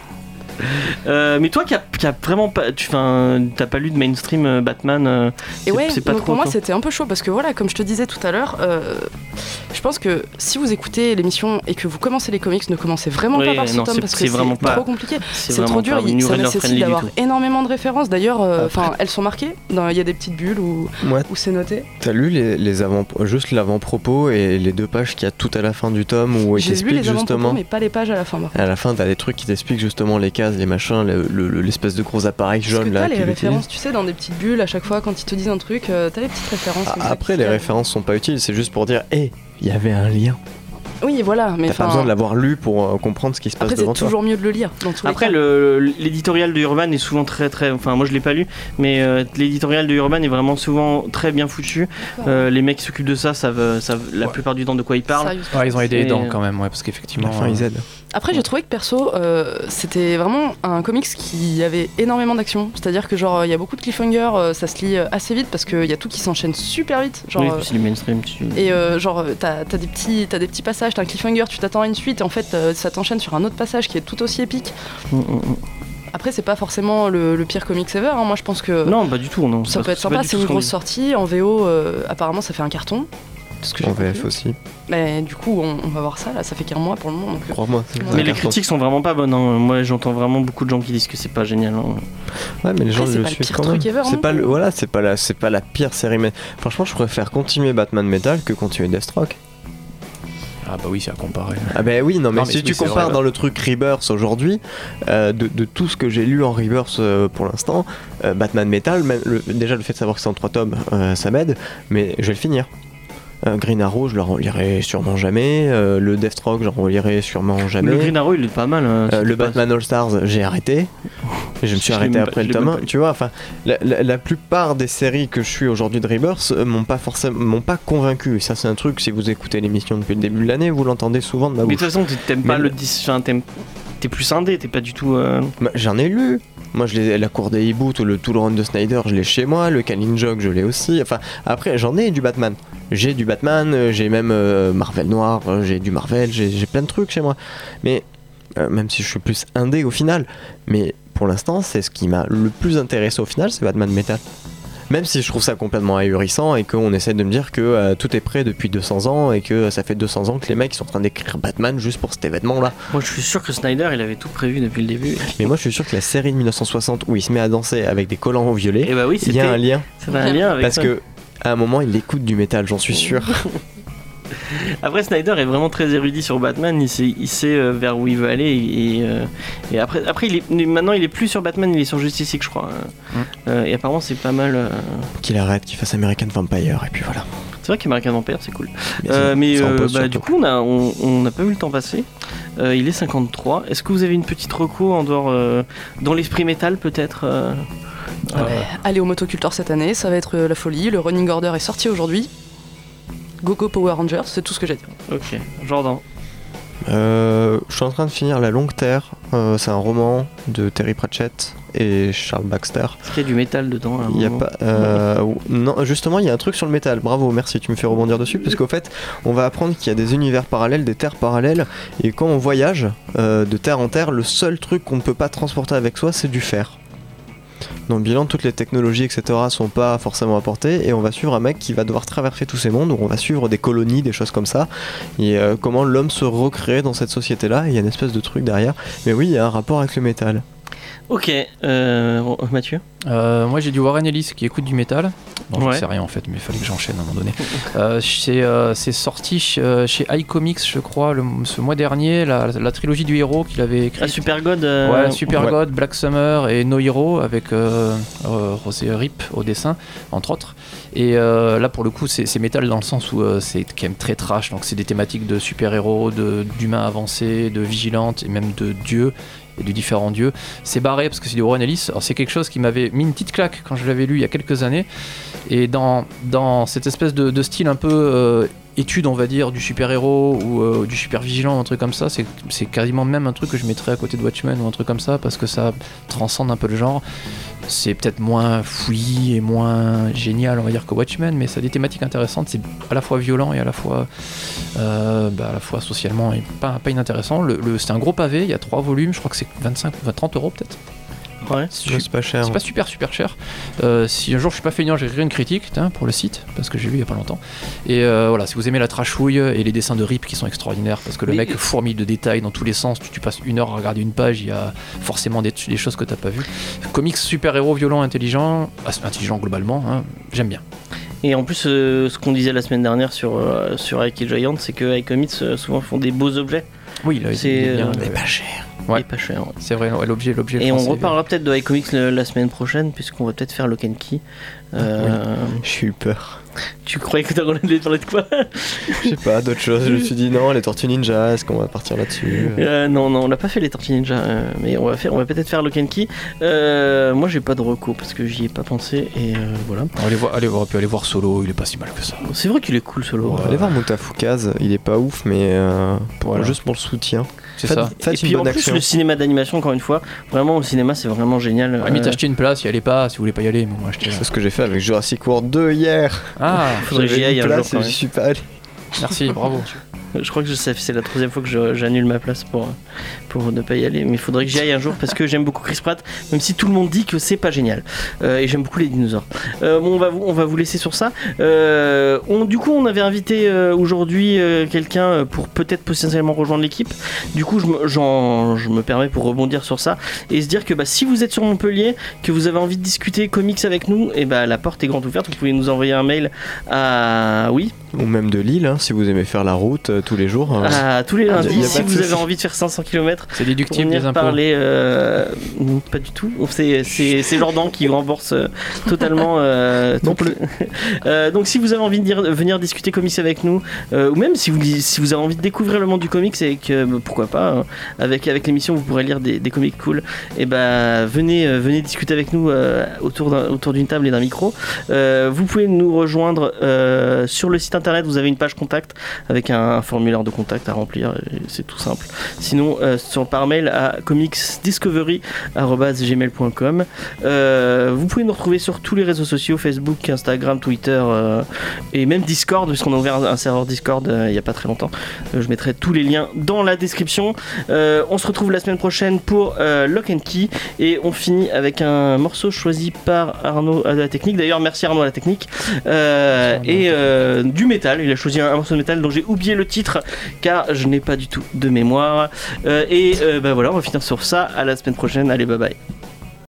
Euh, mais toi qui as qui a vraiment pas. Tu 'fin, t'as pas lu de mainstream euh, Batman. euh,
Et
C'est-
ouais,
c'est pas
donc
trop
pour moi
tôt.
c'était un peu chaud parce que voilà, comme je te disais tout à l'heure, euh, je pense que si vous écoutez l'émission et que vous commencez les comics, ne commencez vraiment
Ouais,
pas par ce
non,
tome
c'est-
parce que
c'est
c'est
vraiment pas-
trop compliqué. C'est
vraiment
trop dur,
pas
il-
new
ça
reader
nécessite
friendly du
d'avoir
tout.
énormément de références. D'ailleurs, euh,
Après-
enfin, elles sont marquées. Dans- Il y a des petites bulles où,
Ouais.
où c'est noté.
T'as lu les, les avant, juste l'avant-propos et les deux pages qu'il y a tout à la fin du tome où il
J'ai vu
t'explique
les avant-propos,
justement.
mais pas les pages à la fin. par contre.
À la fin, t'as des trucs qui t'expliquent justement les cases, les machins, le- le- le- l'espèce de gros appareil
Parce que
jaune
t'as
là.
les
qu'il
références,
utilise.
tu sais, dans des petites bulles à chaque fois quand ils te disent un truc, euh, t'as les petites références.
Ah,
comme ça
Après,
qui
les
calent.
références sont pas utiles, c'est juste pour dire, hé, il y avait un lien.
Oui, voilà, mais
T'as pas
enfin,
besoin de l'avoir lu pour euh, comprendre ce qui se passe
Après, c'est
devant toi.
toujours mieux de le lire. Dans tous les
Après,
cas.
le- l'éditorial de Urban est souvent très très. Enfin, moi je l'ai pas lu, mais euh, l'éditorial de Urban est vraiment souvent très bien foutu. Euh, les mecs qui s'occupent de ça savent, euh, savent la
Ouais.
plupart du temps de quoi ils parlent.
Sérieux.
ils ont aidé les
C'est-
dents quand même, ouais, parce
À
qu'effectivement.
la fin, ils
euh,
aident.
Après, j'ai trouvé que perso, euh, c'était vraiment un comics qui avait énormément d'action. C'est-à-dire que, genre, il y a beaucoup de cliffhangers, euh, ça se lit euh, assez vite parce qu'il y a tout qui s'enchaîne super vite. Genre,
oui,
euh,
c'est le mainstream. tu-
Et euh, genre, euh, t'as t'as des, petits- t'as des petits passages, t'as un cliffhanger, tu t'attends à une suite, et en fait, euh, ça t'enchaîne sur un autre passage qui est tout aussi épique.
Mm, mm, mm.
Après, c'est pas forcément le, le pire comics ever, hein. moi je pense que
Non, pas du tout. Non. Parce
ça peut
que
être
pas
sympa,
du
c'est
tout
une
ce qu'on
grosse
dit.
sortie. En VO, euh, apparemment, ça fait un carton. de ce que j'ai
En
compris.
VF aussi.
Mais du coup, on, on va voir ça, là, ça fait qu'un mois pour le moment. donc, euh,
Crois-moi. c'est
Mais
un
Mais les
carton.
critiques sont vraiment pas bonnes. hein. Moi, j'entends vraiment beaucoup de gens qui disent que c'est pas génial. hein.
Ouais, mais les gens
Après, c'est
le
pas le
suivent
pire
quand même.
truc ever non
C'est pas le,
plus.
voilà, c'est pas la, c'est pas la pire série. Mais franchement, je préfère continuer Batman Metal que continuer Deathstroke.
Ah bah oui, c'est à comparer.
Ah bah oui, non mais,
Non, mais
si
oui,
tu
c'est
compares
vrai.
dans le truc Rebirth aujourd'hui, euh, de, de tout ce que j'ai lu en Rebirth euh, pour l'instant, euh, Batman Metal, même le- déjà le fait de savoir que c'est en 3 tomes, euh, ça m'aide, mais je vais le finir. Euh, Green Arrow, je le relirai sûrement jamais. euh, le Deathstroke, j'en relirai sûrement jamais.
Le
Euh,
Green Arrow, il est pas mal. hein,
Le,
c'était pas-
Batman All Stars, j'ai arrêté. Et je me suis
Je l'ai
arrêté
même pas-
après
je
le
l'ai
tome
même
1.
pas
Tu vois, enfin, la, la- la plupart des séries que je suis aujourd'hui de Rebirth euh, m'ont pas forcément m'ont pas convaincu. Et ça, c'est un truc, si vous écoutez l'émission depuis le début de l'année, vous l'entendez souvent de ma
Mais de
bouche.
toute façon, t'aimes pas
Mais-
le 10. Enfin, t'aimes- t'es plus indé, t'es pas du tout. euh,
Bah, J'en ai lu. Moi, je l'ai la cour des hiboux, tout le, tout le run de Snyder, je l'ai chez moi. Le Killing Joke, je l'ai aussi. Enfin, après, j'en ai du Batman. J'ai du Batman, euh, j'ai même euh, Marvel Noir, euh, j'ai du Marvel, j'ai j'ai plein de trucs chez moi. Mais euh, même si je suis plus indé au final, mais pour pour l'instant, c'est ce qui m'a le plus intéressé au final, c'est Batman Metal. Même si je trouve ça complètement ahurissant et qu'on essaie de me dire que euh, tout est prêt depuis 200 ans et que ça fait 200 ans que les mecs sont en train d'écrire Batman juste pour cet événement-là.
Moi, je suis sûr que Snyder, il avait tout prévu depuis le début.
Mais moi je suis sûr que la série de 1960 où il se met à danser avec des collants
Et
violets,
bah oui,
il y
c'était
a un lien.
c'était un lien avec
Parce
ça.
que à un moment il écoute du métal, j'en suis sûr.
Après, Snyder est vraiment très érudit sur Batman. Il sait, il sait euh, vers où il veut aller. Et, et, euh, et après, après il est, maintenant, il est plus sur Batman, il est sur Justice League, je crois. Euh,
Hum.
euh, et apparemment, c'est pas mal. euh,
qu'il arrête, qu'il fasse American Vampire et puis voilà.
C'est vrai qu'American Vampire, c'est cool.
Mais
Euh,
ça-
mais
ça en
euh,
pose
bah,
surtout.
du coup, on a, on, on n'a pas vu le temps passer. Euh, il est 53. Est-ce que vous avez une petite reco en dehors, euh, dans l'esprit métal peut-être euh,
Euh,
Allez au motoculteur cette année, ça va être euh, la folie. Le running order est sorti aujourd'hui. Go Go Power Rangers, c'est tout ce que j'ai à dire.
Ok, Jordan.
Euh, je suis en train de finir La Longue Terre. Euh, c'est un roman de Terry Pratchett et Charles Baxter.
Est-ce qu'il y a du métal dedans à un
Il y a
moment
pas. euh, non, justement, il y a un truc sur le métal. Bravo, merci, tu me fais rebondir dessus. Parce qu'au fait, on va apprendre qu'il y a des univers parallèles, des terres parallèles. Et quand on voyage euh, de terre en terre, le seul truc qu'on ne peut pas transporter avec soi, c'est du fer. Dans le bilan, toutes les technologies, etc., sont pas forcément apportées. Et on va suivre un mec qui va devoir traverser tous ces mondes. où On va suivre des colonies, des choses comme ça. Et euh, comment l'homme se recrée dans cette société-là. et Il y a une espèce de truc derrière. Mais oui, il y a un rapport avec le métal.
Ok, euh, Mathieu.
Euh, moi j'ai du Warren Ellis qui écoute du métal. Bon,
Ouais.
je sais rien en fait, mais il fallait que j'enchaîne à un moment donné. Euh, c'est euh, c'est sorti ch- euh, chez iComics, je crois, le- ce mois dernier, la, la trilogie du héros qu'il avait
Ah,
écrite.
Super God. euh,
Ouais, Super God, Black Summer et No Hero avec euh, euh, Rosé Rip au dessin, entre autres. Et euh, là, pour le coup, c'est c'est métal dans le sens où euh, c'est quand même très trash. Donc, c'est des thématiques de super-héros, de- d'humains avancés, de vigilantes et même de dieux et de différents dieux. C'est barré parce que c'est du Warren Ellis. Alors, c'est quelque chose qui m'avait mis une petite claque quand je l'avais lu il y a quelques années. Et dans, dans cette espèce de, de style un peu. euh, étude on va dire du super héros ou euh, du super vigilant un truc comme ça c'est c'est quasiment même un truc que je mettrais à côté de Watchmen ou un truc comme ça parce que ça transcende un peu le genre c'est peut-être moins fouillis et moins génial on va dire que Watchmen mais ça a des thématiques intéressantes c'est à la fois violent et à la fois euh, bah, à la fois socialement et pas, pas inintéressant le, le- c'est un gros pavé il y a trois volumes je crois que c'est 25 enfin, 30 euros peut-être
Ouais.
Je-
C'est pas cher.
c'est pas super super cher. Euh, si un jour je suis pas feignant, j'écrirai une critique tiens, pour le site parce que j'ai vu il y a pas longtemps. Et euh, voilà, si vous aimez la trashouille et les dessins de Rip qui sont extraordinaires parce que le
Mais-
mec fourmille de détails dans tous les sens, tu, tu passes une heure à regarder une page, il y a forcément des, des choses que t'as pas vues. Comics super héros violent, intelligent, ah, c'est intelligent globalement, hein, j'aime bien.
Et en plus, euh, ce qu'on disait la semaine dernière sur, euh, sur Ike et Giant, c'est que Ike Comics euh, souvent font des beaux objets
Oui, il a- il
C'est,
est bien,
euh,
ouais.
cher.
Ouais.
et pas chers. ouais.
C'est vrai, ouais, l'objet, l'objet.
Et on
français,
reparlera peut-être de Ike Comics le- la semaine prochaine, puisqu'on va peut-être faire le Kenki.
Ah,
Euh,
J'ai eu peur.
Tu croyais que t'as allait parler de quoi
Je sais pas, d'autres choses. Je me suis dit non, les Tortues Ninja, est-ce qu'on va partir là-dessus
(laughs) Euh, non, non, on n'a pas fait les Tortues Ninja, euh, mais on va faire, on va peut-être faire Loken Key. Euh, moi, j'ai pas de recours parce que j'y ai pas pensé et euh, voilà.
ouais. Allez voir, allez voir, puis allez voir Solo, il est pas si mal que ça.
C'est vrai qu'il est cool ce lot.
On va aller voir Moutafoukaz, il est pas ouf, mais euh, pour-
Voilà.
juste pour le soutien.
C'est
Faites-
ça.
Et
Faites une
puis en
bonne
plus,
action.
le cinéma d'animation, encore une fois, vraiment le cinéma, c'est vraiment génial.
Ah,
Ouais, mais
Euh,
t'acheter une place, y allez pas, si vous voulez pas y aller, mais moi
(laughs)
achetez.
C'est ce que j'ai fait avec Jurassic World 2 hier.
Ah,
Faudrait que j'y
J'avais
aille
une
un jour,
place
quand
et
même.
j'y suis pas allé.
merci, bravo.
Je crois que je- ça- c'est la troisième fois que je- j'annule ma place pour, pour ne pas y aller. Mais il faudrait que j'y aille un jour parce que j'aime beaucoup Chris Pratt, même si tout le monde dit que c'est pas génial. Euh, et j'aime beaucoup les dinosaures. Euh, bon, on va, vous, on va vous laisser sur ça. Euh, on, du coup, on avait invité euh, aujourd'hui euh, quelqu'un euh, pour peut-être potentiellement rejoindre l'équipe. Du coup, je me, j'en- je me permets pour rebondir sur ça et se dire que bah, si vous êtes sur Montpellier, que vous avez envie de discuter comics avec nous, et bah, la porte est grande ouverte. Vous pouvez nous envoyer un mail à. Oui
Ou même de Lille, hein, si vous aimez faire la route euh, tous les jours. euh,
ah, tous les
Ah,
lundis,
y a
si
pas de
vous avez
souci.
envie de faire 500 km
C'est
pour
déductible des
venir
impôts.
parler, euh, non, pas du tout. C'est-
(laughs)
C'est c'est Jordan qui rembourse euh, totalement. euh,
Non
toutes les- (laughs) Euh, donc, si vous avez envie de dire- venir discuter comics avec nous, euh, ou même si vous, si vous avez envie de découvrir le monde du comics et que bah, pourquoi pas, hein, avec, avec l'émission, vous pourrez lire des, des comics cool. Et ben venez, euh, venez discuter avec nous euh, autour d'un- autour d'une table et d'un micro. Euh, vous pouvez nous rejoindre euh, sur le site internet, vous avez une page contact avec un, un formulaire de contact à remplir, et c'est tout simple. Sinon, euh, sur, par mail à comicsdiscovery.gmail.com. Euh, vous pouvez nous retrouver sur tous les réseaux sociaux Facebook, Instagram, Twitter euh, et même Discord, puisqu'on a ouvert un, un serveur Discord euh, il n'y a pas très longtemps. Euh, je mettrai tous les liens dans la description. Euh, on se retrouve la semaine prochaine pour euh, Lock and Key et on finit avec un morceau choisi par Arnaud à la technique. D'ailleurs, merci Arnaud à la technique. Euh,
Merci, Arnaud.
et euh, du métal, il a choisi un, un morceau de métal dont j'ai oublié le titre car je n'ai pas du tout de mémoire. Euh, et euh, bah voilà, on va finir sur ça. À la semaine prochaine. Allez, bye bye.